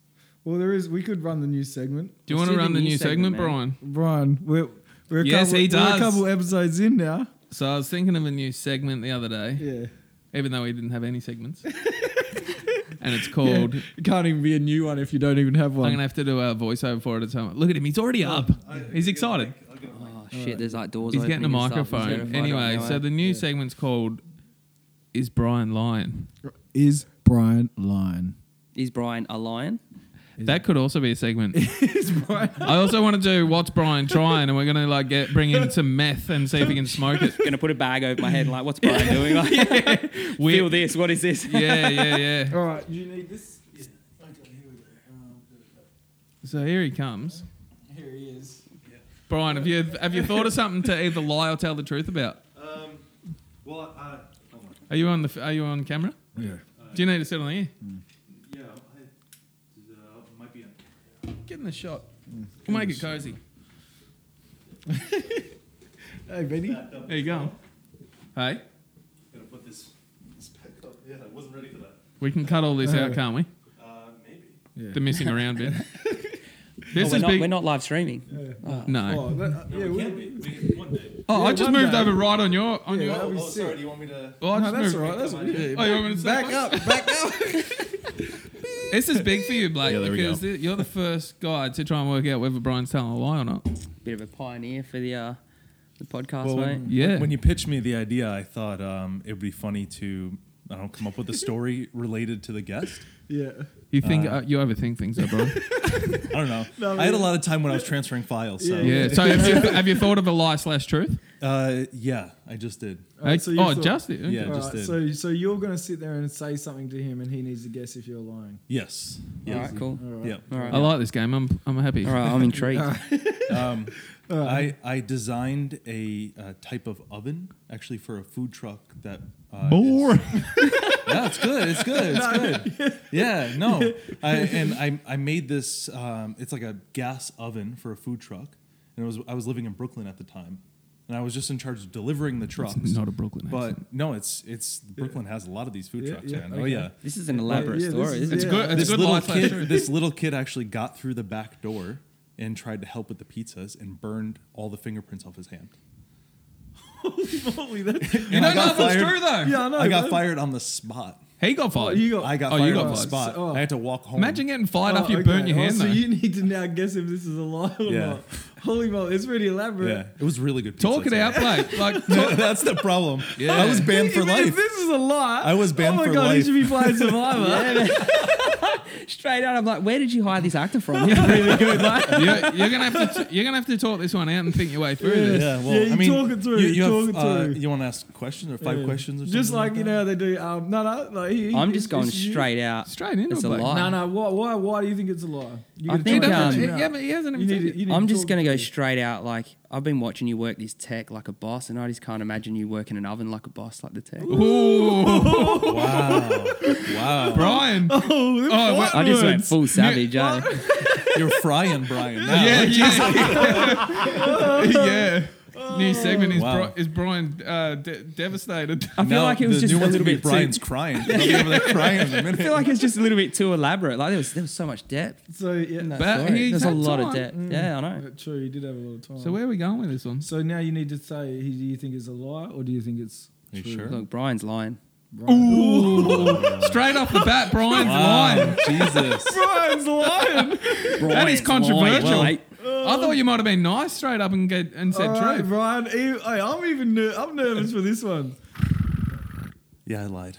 Well, there is. We could run the new segment, Do you want do to the run the new new segment, segment, Brian? Brian. We're we're a Yes, couple, he We're does. a couple episodes in now. So I was thinking of a new segment the other day, Yeah. even though we didn't have any segments. and it's called. Yeah. It can't even be a new one if you don't even have I'm one. gonna have to do a voiceover for it at some. Look at him; he's already up. He's excited. Oh shit, there's like doors. He's getting a opening and stuff. I'm microphone. terrified right Anyway, now, eh? so the new segment's called "Is Brian Lion." is Brian lying? is Brian a lion? That could also be a segment. is Brian? I also want to do "What's Brian Trying," and we're gonna like get bring in some meth and see if he can smoke it. Gonna put a bag over my head, like what's Brian doing? Like, We- feel this. What is this? Yeah, yeah, yeah. All right. Do you need this? Yeah. Okay. Here we go. Um, So here he comes. here he is. Brian, have you have you thought of something to either lie or tell the truth about? Um, oh Are you on the? f- Are you on camera? Yeah. Do you need to sit on the air? Yeah, I, uh, might be in. Get in the shot. We'll make it cozy. Hey, Benny. There you go. Hey, Gotta put this, this back up. Yeah, I wasn't ready for that. we can cut all this out, can't we? Uh, maybe. The missing around bit. Oh, This we're, is not, big. we're not live streaming. no. Oh, that, yeah, We we, can be. We can, one day. Oh, I Yeah, just one moved day. over right on your on Yeah, your. that'll be Oh, sorry. sick. Do you want me to? Oh, I No, just that's all moved- right. That's yeah. Oh, you want me to sit Back close? up, back up. This is big for you, Blake, Yeah, there we because go. thi- you're the first guy to try and work out whether Brian's telling a lie or not. Bit of a pioneer for the uh, the podcast, Well, mate. when, Yeah. when you pitched me the idea, I thought um, it would be funny to I don't know, come up with a story related to the guest. yeah. You think uh, you overthink things, though, Brian. I don't know. I had a lot of time when I was transferring files. So. yeah. So have you, have you thought of a lie slash truth? Uh, yeah, I just did. Alright, Hey, so you oh, thought- just it. Yeah, All just right, did. so, so you're going to sit there and say something to him, and he needs to guess if you're lying. yes. All right, cool. All right. Yep. All right, I like this game. I'm I'm happy. all right. I'm intrigued. Um, I I designed a uh, type of oven actually for a food truck that. Uh, More. yeah, it's good. It's good. It's good. Yeah, no. I, and I I made this. Um, it's like a gas oven for a food truck, and it was I was living in Brooklyn at the time, and I was just in charge of delivering the trucks. Not a Brooklyn but accent. no, it's it's Brooklyn has a lot of these food Yeah, trucks. yeah, man. Oh okay. yeah. This is an elaborate yeah, this story. is- isn't It's it? yeah. good. It's this a good little lie slash kid, truth. this little kid actually got through the back door and tried to help with the pizzas and burned all the fingerprints off his hand. Holy, that's, You don't know if it's true, though. Yeah, I know, I got man. fired on the spot. He got fired. you got- I got Oh, you fired got on the fired. spot. So- oh. I had to walk home. Imagine getting fired after Oh, you burn okay. your Oh, hand. So though. you need to now guess if this is a lie or Yeah. not. Holy moly, it's pretty elaborate. yeah, it was really good. Pizza, Talk it so- out, Blake. Like That's the problem. Yeah. I was banned for Even If life. this is a lie, I was banned oh my for god, life. he should be playing Survivor. Straight out, I'm like, where did you hire this actor from? He's really good, mate. you're, you're gonna have to you're gonna have to talk this one out and think your way through this. Yeah, well, Yeah, you I mean, talk it through, You, you you, talk it uh, through. you want to ask questions or five Yeah. questions or something? Just like, like you that? know how they do. Um, no, no, like he, I'm he- just going it's you. straight out. Straight into It's it, a Blake. lie. No, no. Why, why? Why do you think it's a lie? You I gotta think, talk it um, out. Yeah, but he hasn't You even. need said to- it. you need I'm to just talk gonna it go through. straight out. Like I've been watching you work this tech like a boss, and I just can't imagine you working an oven like a boss, like the tech. Ooh, wow, wow, Brian. Oh, well- I just went full savage. eh? you're frying Brian. Now. yeah, yeah, yeah. New segment is Wow. Bri- is Brian uh, de- devastated. I feel Now like it was the just a new one's little gonna be bit. Brian's Too, crying. He'll be over there crying in a minute. I feel like it's just a little bit too elaborate. Like there was there was so much depth. So yeah, In that But story. he's There's a had lot of time. depth. Yeah, I know. true. You did have a lot of time. So where are we going with this one? So now you need to say, he- do you think it's a lie or do you think it's? Are you sure? Look, Brian's lying. Straight off the bat, Brian's lying. Wow, Um, Jesus. Brian's lying. Brian's is controversial. lying, mate. I thought you might have been nice straight up and get and said All right, truth. Brian. e- Hey, I'm even. Ner- I'm nervous for this one. Yeah, I lied.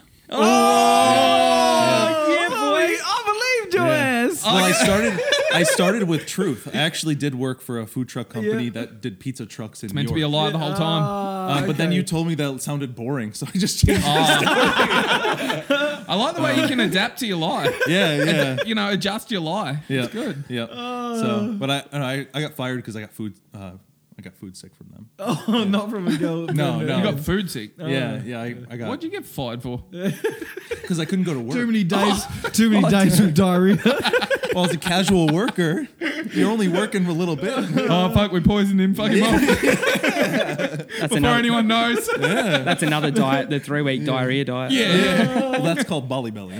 Yeah, boy. Oh, I believed your Yeah. ass. Well, I started. I started with truth. I actually did work for a food truck company Yeah. that did pizza trucks in It's meant New to be a York. lie the whole time. Ah, Ah, Uh, But then you told me that sounded boring, so I just changed. it. Ah. I like the way you can adapt to your lie. Yeah, yeah, You know, adjust your lie. yeah. It's good. Yeah. Uh. so, but I, and I, I got fired because I got food. Uh, I got food sick from them. Oh, not from a girl. No, from no. a- You got food sick. yeah, oh. yeah. I, I got What'd you get fired for? because I couldn't go to work. Too many days. Oh. Too many days with diarrhea. Well, as Oh, a casual worker, you're only working for a little bit. oh fuck, we poisoned him. Fucking off That's before another. anyone knows. That's another diet. The three week diarrhea diet. Yeah, yeah. Well, that's called Bolly Belly.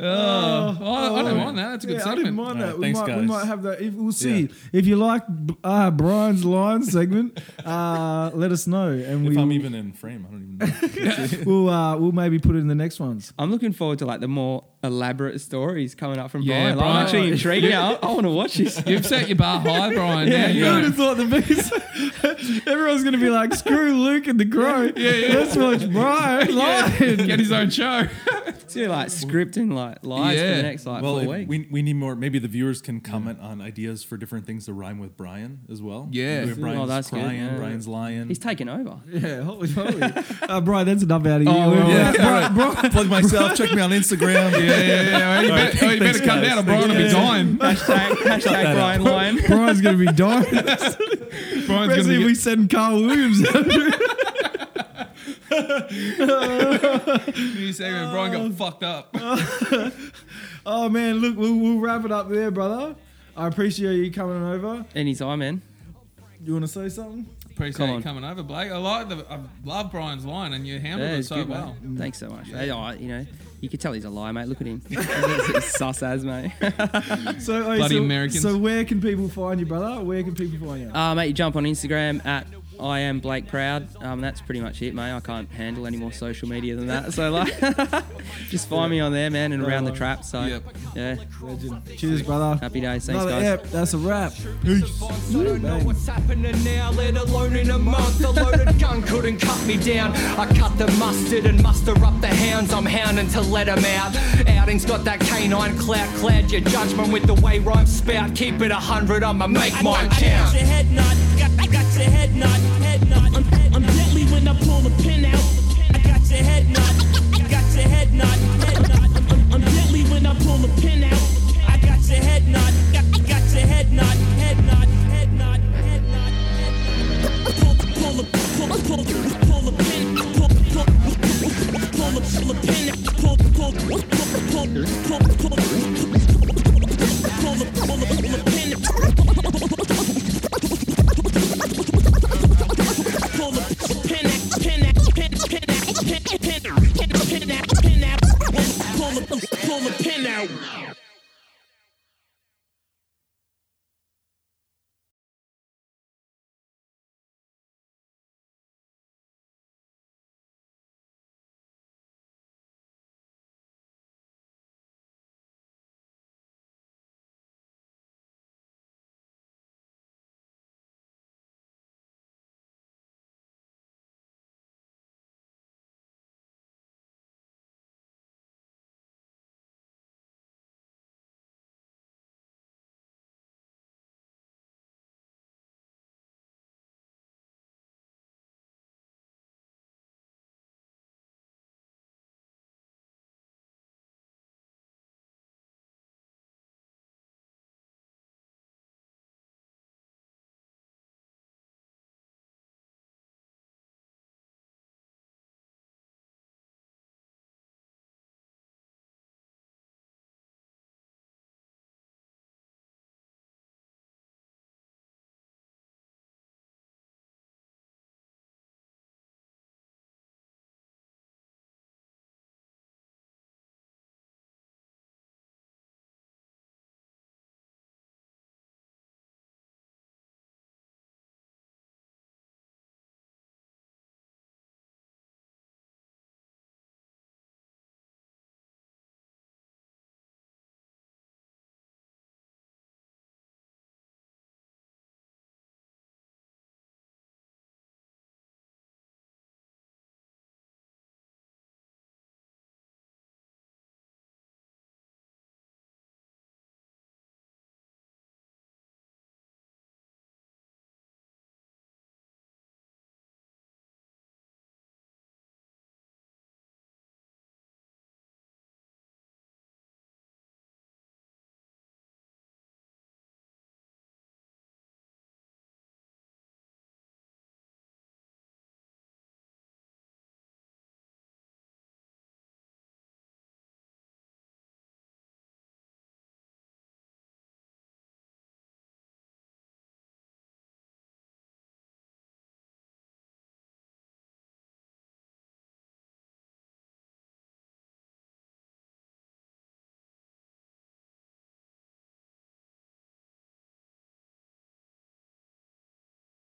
Oh, I, I don't mind that. That's a good Yeah, I segment. didn't mind All that. right, we, thanks, might, we guys. might have that. If, we'll see. Yeah. If you like uh, Brian's line segment, uh, let us know, and If we I'm will, even in frame, I don't even know. we'll, uh, we'll maybe put it in the next ones. I'm looking forward to like the more elaborate stories coming up from Yeah, Brian. Like, I'm Brian. actually intrigued. Yeah, I, want to watch this. You've set your bar high, Brian. now you you would have thought the biggest. Everyone's gonna be like, "Screw Luke and the Crow." Yeah, yeah. Let's watch Brian lying. get his own show. See, like scripting like lives for Yeah. the next like Well, four weeks. if we, we need more. Maybe the viewers can comment on ideas for different things to rhyme with Brian as well. Yeah. Maybe Oh, Brian's that's good, crying, yeah. Brian's lying. He's taking over. Yeah, holy moly. Uh, Brian, that's enough out of you. Oh, well, yeah, yeah, Brian, Brian, Plug myself. check me on Instagram. Yeah, yeah, yeah. You better, oh, you better come down, or Brian will be dying. hashtag hashtag Brian Lyon. Brian's gonna be dying. Brian's Especially gonna if be we send Carl Williams. New segment. Brian got fucked up. Oh man, look, we'll, we'll wrap it up there, brother. I appreciate you coming over. Anytime, man. You want to say something? Appreciate Come you on. coming over, Blake. I like the. I love Brian's line, and you handled Yeah, it it's so good, well. mate. Thanks so much. Hey, alright, you know, you can tell he's a liar, mate. Look at him. He's sus as, mate. So, hey, Bloody so, Americans. So where can people find you, brother? Where can people find you? Uh, mate, you jump on Instagram at I am Blake Proud. Um, that's pretty much it, mate. I can't handle any more social media than that. So, like, just find me on there, man, and around the trap. So, Yep. yeah, Cheers, brother. happy days. Thanks, Another guys. ep. That's a wrap. advance. I don't know what's happening now, let alone in a month. A loaded gun couldn't cut me down. I cut the mustard and muster up the hounds. I'm hounding to let 'em out. Outing's got that canine clout. Cloud your judgment with the way rhymes spout. Keep it a hundred, I'ma make mine I count. got your head knot. Got, I got your head knot. Head knot. I'm, I'm deadly when I pull the pin out. I got your head knot. I got your head knot. Head knot. I'm- I'm, I'm deadly when I pull the pin out. I got your head knot. Got, I got your head knot. Head knot. Head knot. Head knot. Head knot. Pull, pull the, pull, pull, pull the pin. Pull, pull, pull, the, pull the pin. out. Pull, pull, pull, pull, pull, pull, pull the, pull the, pull the pin. out. pull the pin out, pin out, pin, pin out, pin, pin, pin, pin out, pin out, pull the, pull the pin out.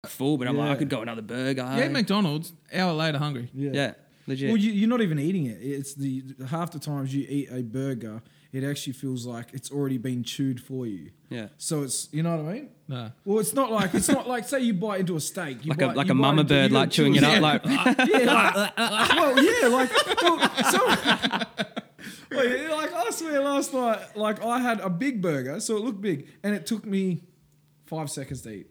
Full, but I'm like, I Yeah. could go another burger. eh? Yeah, McDonald's. Hour later, hungry. Yeah. Yeah, legit. Well, you, you're not even eating it. It's the half the times you eat a burger, it actually feels like it's already been chewed for you. yeah. So it's you know what I mean. No. Well, it's not like it's not like say you bite into a steak, you Like bite, a like you a bite mama into- you bird, gotta like chew chewing it Yeah. up, like yeah, like, well, yeah, like, well, so, well, yeah, like I swear last night, like I had a big burger, so it looked big, and it took me five seconds to eat.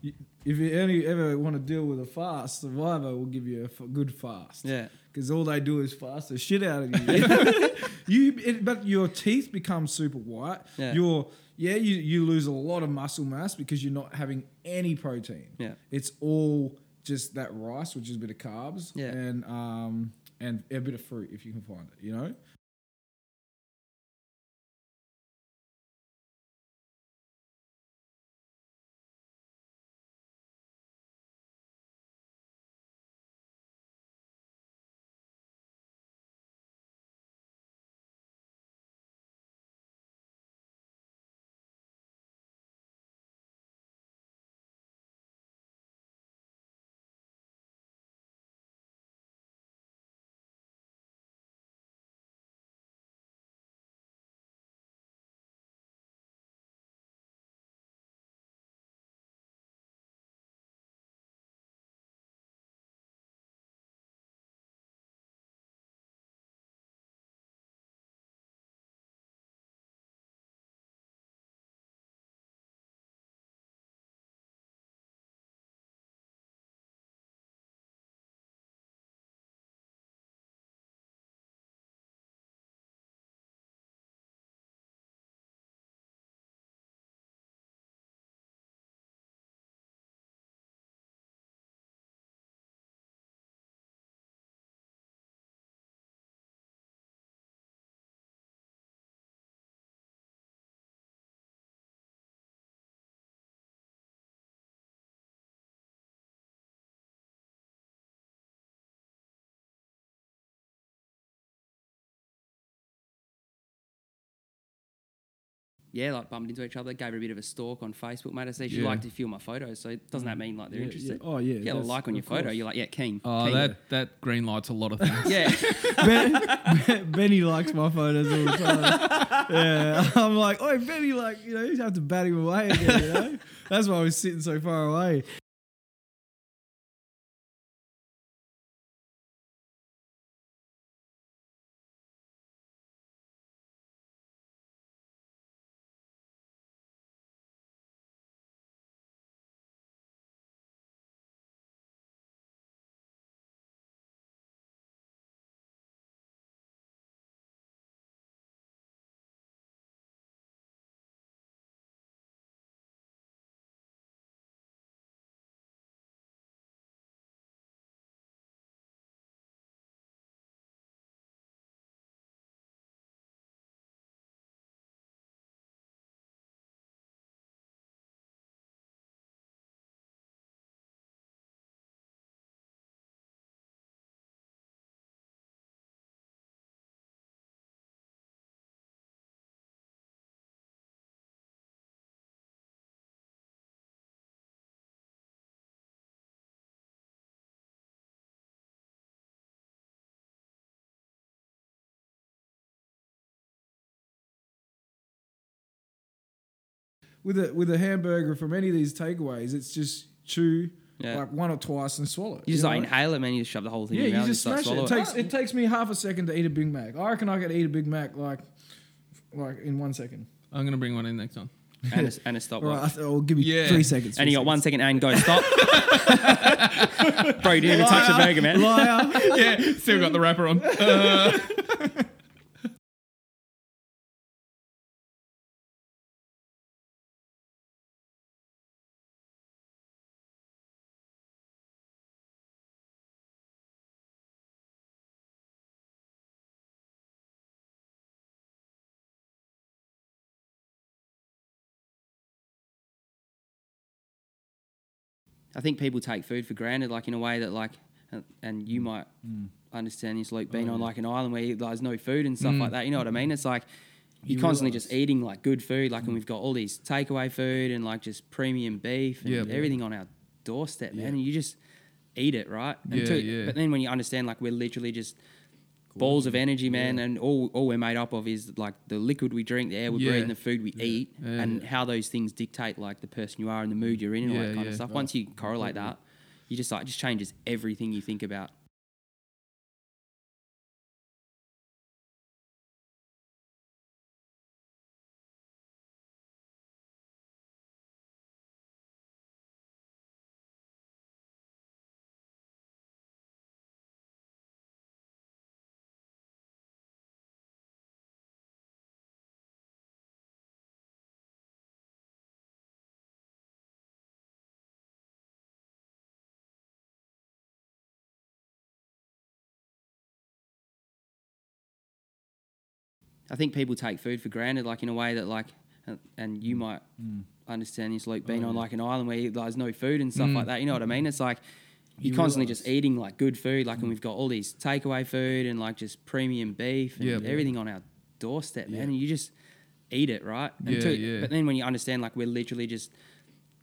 you- if you only ever want to deal with a fast, Survivor will give you a f- good fast. Yeah. Because all they do is fast the shit out of you. you, it, but your teeth become super white. Yeah. Your yeah, you, you lose a lot of muscle mass because you're not having any protein. Yeah. It's all just that rice, which is a bit of carbs. Yeah. And um and a bit of fruit if you can find it. You know. yeah, like bumped into each other, gave her a bit of a stalk on Facebook, mate. I see she Yeah. liked a few of my photos, so doesn't that mean like they're Mm. Yeah, yeah. interested? Oh, You yeah, get a that's- like on your of course. photo, you're like, yeah, keen. Oh, keen. that, that green light's a lot of things. yeah, ben, Ben- Benny likes my photos all the time. Yeah, I'm like, oh, Benny, like, you know, you have to bat him away again, you know? That's why I was sitting so far away. With a with a hamburger from any of these takeaways, it's just chew Yeah. like one or twice and swallow. you just know? like inhale it, man. You just shove the whole thing. Yeah, in your you mouth just and smash it. swallow It takes it takes me half a second to eat a Big Mac. I reckon I could eat a Big Mac like like in one second. I'm going to bring one in next time. and a, and a stop. All watch. right, I th- I'll give you Yeah. three seconds. And three you got one second and go stop. Bro, you didn't even touch the burger, man. seconds. Liar. yeah, still got the wrapper on. I think people take food for granted, like in a way that, like, and- and Mm. you might understand this, Luke, Oh, being on like an island where you- there's no food and Mm. stuff like that. You know what I mean? It's like you're constantly just eating like good food, Mm. like, and we've got all these takeaway food and like just premium beef and Yeah. everything on our doorstep, man. And you just eat it, right? And Yeah, to- yeah. But then when you understand, like, we're literally just balls of energy, man, and all, all we're made up of is like the liquid we drink, the air we Yeah. breathe, and the food we eat, Yeah. and how those things dictate like the person you are and the mood you're in and all Yeah, that kind yeah. of stuff. Once you correlate that, you just like just changes everything you think about. I think people take food for granted, like in a way that like, and- and Mm. you might understand this, Luke, Oh, being on like an island where there's no food and Mm. stuff like that. You know what I mean? It's like you're constantly just eating like good food, like, Mm. and we've got all these takeaway food and like just premium beef and Yeah, boy. everything on our doorstep, man. And you just eat it, right? And Yeah, to- yeah. But then when you understand, like, we're literally just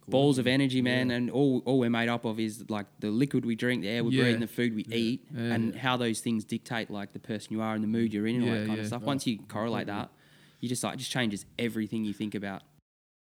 balls of energy, man, and all all we're made up of is like the liquid we drink, the air we Yeah. breathe, and the food we eat, Yeah. and how those things dictate like the person you are and the mood you're in and all Yeah, that kind yeah. of stuff. Once you correlate that, you just like it just changes everything you think about